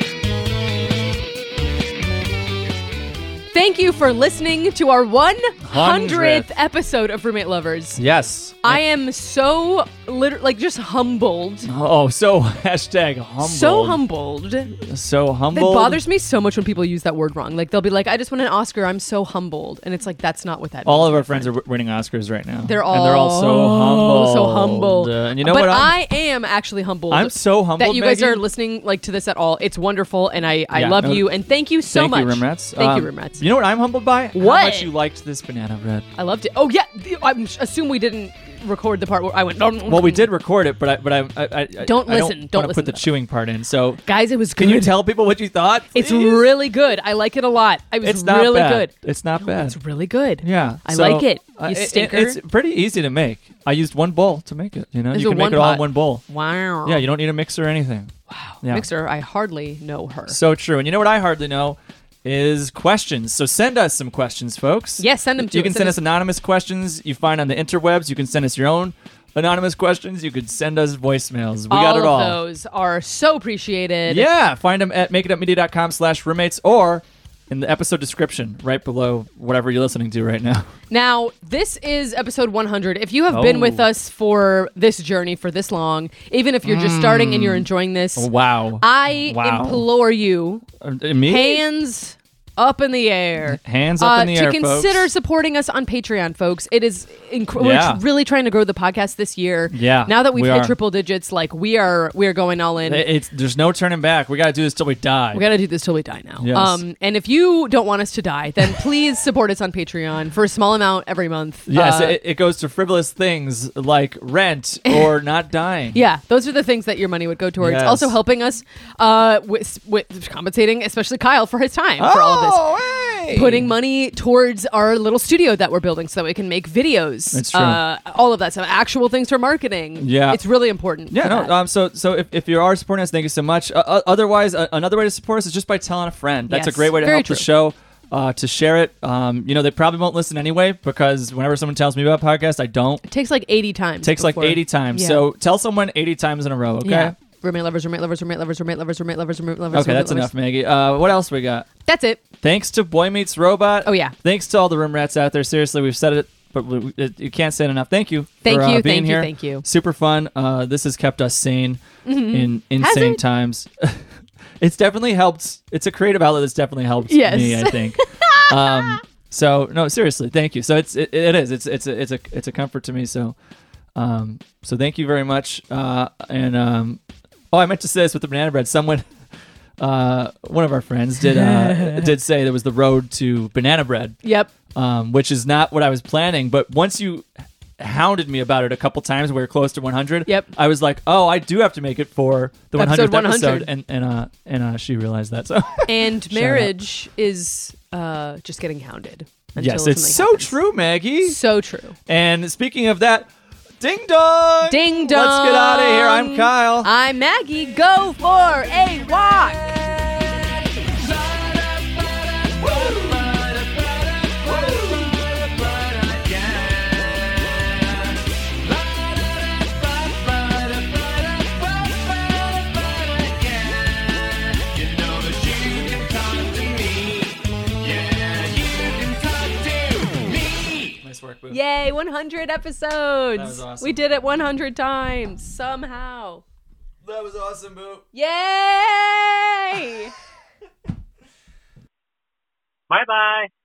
[SPEAKER 1] Thank you for listening to our 100th episode of Roommate Lovers.
[SPEAKER 3] Yes.
[SPEAKER 1] I am so liter- like just humbled,
[SPEAKER 3] Oh, so hashtag humbled.
[SPEAKER 1] so humbled.
[SPEAKER 3] So
[SPEAKER 1] It
[SPEAKER 3] humbled.
[SPEAKER 1] bothers me so much when people use that word wrong. Like they'll be like, "I just won an Oscar. I'm so humbled," and it's like that's not what that.
[SPEAKER 3] All
[SPEAKER 1] means.
[SPEAKER 3] of our friends are w- winning Oscars right now.
[SPEAKER 1] They're all
[SPEAKER 3] and they're all so humble.
[SPEAKER 1] so humble.
[SPEAKER 3] and you know
[SPEAKER 1] but
[SPEAKER 3] what? I'm,
[SPEAKER 1] I am actually humbled.
[SPEAKER 3] I'm so humbled
[SPEAKER 1] that you guys
[SPEAKER 3] Maggie.
[SPEAKER 1] are listening like to this at all. It's wonderful, and I I
[SPEAKER 3] Yeah,
[SPEAKER 1] love
[SPEAKER 3] no-
[SPEAKER 1] you, and thank you so
[SPEAKER 3] Thank
[SPEAKER 1] much.
[SPEAKER 3] you, Room Rats.
[SPEAKER 1] Thank you,
[SPEAKER 3] Um,
[SPEAKER 1] Room Rats.
[SPEAKER 3] You know what I'm humbled by?
[SPEAKER 1] What?
[SPEAKER 3] How much you liked this banana bread.
[SPEAKER 1] I loved it. Oh yeah, the- I m- assume we didn't record the part where I went.
[SPEAKER 3] Well, we did record it, but I, but I, I, I
[SPEAKER 1] Don't
[SPEAKER 3] I
[SPEAKER 1] listen. Don't listen
[SPEAKER 3] wanna put the
[SPEAKER 1] to that.
[SPEAKER 3] chewing part in. So
[SPEAKER 1] guys. It was good.
[SPEAKER 3] can you tell people what you thought?
[SPEAKER 1] It's
[SPEAKER 3] please?
[SPEAKER 1] really good. I like it a lot. I was
[SPEAKER 3] It's not
[SPEAKER 1] really
[SPEAKER 3] bad.
[SPEAKER 1] good.
[SPEAKER 3] It's not bad.
[SPEAKER 1] It's really good.
[SPEAKER 3] Yeah,
[SPEAKER 1] I
[SPEAKER 3] so,
[SPEAKER 1] like it. You
[SPEAKER 3] uh,
[SPEAKER 1] stinker.
[SPEAKER 3] It's pretty easy to make. I used one bowl to make it. You know,
[SPEAKER 1] Is
[SPEAKER 3] you
[SPEAKER 1] it
[SPEAKER 3] can make
[SPEAKER 1] one
[SPEAKER 3] it all
[SPEAKER 1] pot?
[SPEAKER 3] in one bowl.
[SPEAKER 1] wow.
[SPEAKER 3] Yeah, you don't need a mixer or anything. Wow. Yeah.
[SPEAKER 1] Mixer, I hardly know her.
[SPEAKER 3] So true. And you know what I hardly know is questions. So send us some questions, folks.
[SPEAKER 1] Yeah, send 'em to
[SPEAKER 3] You can
[SPEAKER 1] us.
[SPEAKER 3] send
[SPEAKER 1] Send
[SPEAKER 3] us
[SPEAKER 1] us-
[SPEAKER 3] anonymous questions you find on the interwebs. You can send us your own anonymous questions. You could send us voicemails. We got it all.
[SPEAKER 1] of those are so appreciated.
[SPEAKER 3] Yeah, find them at makeitupmedia.com slash roommates or in the episode description right below whatever you're listening to
[SPEAKER 1] [laughs]
[SPEAKER 3] right now.
[SPEAKER 1] Now, this is episode 100. If you have
[SPEAKER 3] Oh.
[SPEAKER 1] been with us for this journey for this long, even if you're just starting and you're enjoying this,
[SPEAKER 3] Hmm. Oh, Wow.
[SPEAKER 1] I
[SPEAKER 3] Wow.
[SPEAKER 1] implore you,
[SPEAKER 3] Uh, me?
[SPEAKER 1] hands up in the air.
[SPEAKER 3] Hands up
[SPEAKER 1] uh,
[SPEAKER 3] in the
[SPEAKER 1] to
[SPEAKER 3] air,
[SPEAKER 1] consider
[SPEAKER 3] folks.
[SPEAKER 1] supporting us on Patreon, folks. It is inc-
[SPEAKER 3] Yeah.
[SPEAKER 1] we're tr- really trying to grow the podcast this year.
[SPEAKER 3] Yeah,
[SPEAKER 1] now that we've
[SPEAKER 3] we
[SPEAKER 1] hit
[SPEAKER 3] are.
[SPEAKER 1] triple digits, like we are, we are going all in.
[SPEAKER 3] It- It's there's no turning back. We got to do this till we die.
[SPEAKER 1] We got to do this till we die now.
[SPEAKER 3] Yes.
[SPEAKER 1] Um, and if you don't want us to die, then please support us on Patreon for a small amount every month.
[SPEAKER 3] yes,
[SPEAKER 1] Uh,
[SPEAKER 3] it, it goes to frivolous things like rent
[SPEAKER 1] [laughs]
[SPEAKER 3] or not dying.
[SPEAKER 1] yeah, those are the things that your money would go towards.
[SPEAKER 3] Yes.
[SPEAKER 1] Also helping us uh, with, with compensating, especially Kyle, for his time for all of
[SPEAKER 3] Oh!
[SPEAKER 1] this.
[SPEAKER 3] this.
[SPEAKER 1] Putting money towards our little studio that we're building so that we can make videos.
[SPEAKER 3] That's true.
[SPEAKER 1] Uh, all of that stuff. Actual things for marketing.
[SPEAKER 3] Yeah.
[SPEAKER 1] It's really important.
[SPEAKER 3] Yeah,
[SPEAKER 1] for
[SPEAKER 3] no.
[SPEAKER 1] that.
[SPEAKER 3] Um, so, so if, if you are supporting us, thank you so much. Uh, Uh, otherwise, uh, another way to support us is just by telling a friend. That's
[SPEAKER 1] Yes,
[SPEAKER 3] a great way to
[SPEAKER 1] very
[SPEAKER 3] help the
[SPEAKER 1] true.
[SPEAKER 3] show. Uh, to share it, um, you know, they probably won't listen anyway because whenever someone tells me about podcasts, I don't.
[SPEAKER 1] it takes like 80 times.
[SPEAKER 3] takes
[SPEAKER 1] before-
[SPEAKER 3] like 80 times.
[SPEAKER 1] Yeah.
[SPEAKER 3] So tell someone 80 times in a row, okay?
[SPEAKER 1] Yeah. Roommate lovers, roommate lovers, roommate lovers, roommate lovers, roommate lovers, roommate lovers.
[SPEAKER 3] Okay, that's
[SPEAKER 1] roommate
[SPEAKER 3] enough,
[SPEAKER 1] lovers.
[SPEAKER 3] Maggie. Uh, what else we got?
[SPEAKER 1] That's it.
[SPEAKER 3] Thanks to Boy Meets Robot.
[SPEAKER 1] Oh, yeah.
[SPEAKER 3] Thanks to all the room rats out there. Seriously, we've said it, but we, we- it, you can't say it enough. Thank you.
[SPEAKER 1] Thank
[SPEAKER 3] for, uh,
[SPEAKER 1] you,
[SPEAKER 3] being
[SPEAKER 1] thank you,
[SPEAKER 3] here.
[SPEAKER 1] thank you.
[SPEAKER 3] Super fun. Uh, this has kept us sane in
[SPEAKER 1] Mm-hmm. Has
[SPEAKER 3] insane
[SPEAKER 1] it?
[SPEAKER 3] times. [laughs] it's definitely helped. It's a creative outlet that's definitely helped
[SPEAKER 1] Yes.
[SPEAKER 3] me.
[SPEAKER 1] [laughs]
[SPEAKER 3] I think. um, so no, seriously, thank you. So it's it, it is. It's it's a, it's a it's a comfort to me. So. Um, so thank you very much. Uh, and um, oh, I meant to say this with the banana bread. Someone, [laughs] uh, one of our friends
[SPEAKER 1] [laughs]
[SPEAKER 3] did uh, did say there was the road to banana bread,
[SPEAKER 1] Yep.
[SPEAKER 3] um, which is not what I was planning. But once you hounded me about it a couple times, we were close to 100.
[SPEAKER 1] Yep.
[SPEAKER 3] I was like, oh, I do have to make it for the 100th
[SPEAKER 1] Episode
[SPEAKER 3] episode,
[SPEAKER 1] 100.
[SPEAKER 3] and and uh, and uh, she realized that. So
[SPEAKER 1] and
[SPEAKER 3] out.
[SPEAKER 1] marriage is uh, just getting hounded. [laughs] until
[SPEAKER 3] yes, it's so
[SPEAKER 1] something happens.
[SPEAKER 3] true, Maggie.
[SPEAKER 1] So true.
[SPEAKER 3] And speaking of that, ding dong,
[SPEAKER 1] Ding dong.
[SPEAKER 3] Let's get out of here. I'm Kyle.
[SPEAKER 1] I'm Maggie. Go for a walk.
[SPEAKER 2] Woo!
[SPEAKER 1] Yay, 100 episodes.
[SPEAKER 3] was awesome.
[SPEAKER 1] We did it 100 times somehow.
[SPEAKER 3] That was awesome, boo.
[SPEAKER 1] Yay!
[SPEAKER 4] Bye bye.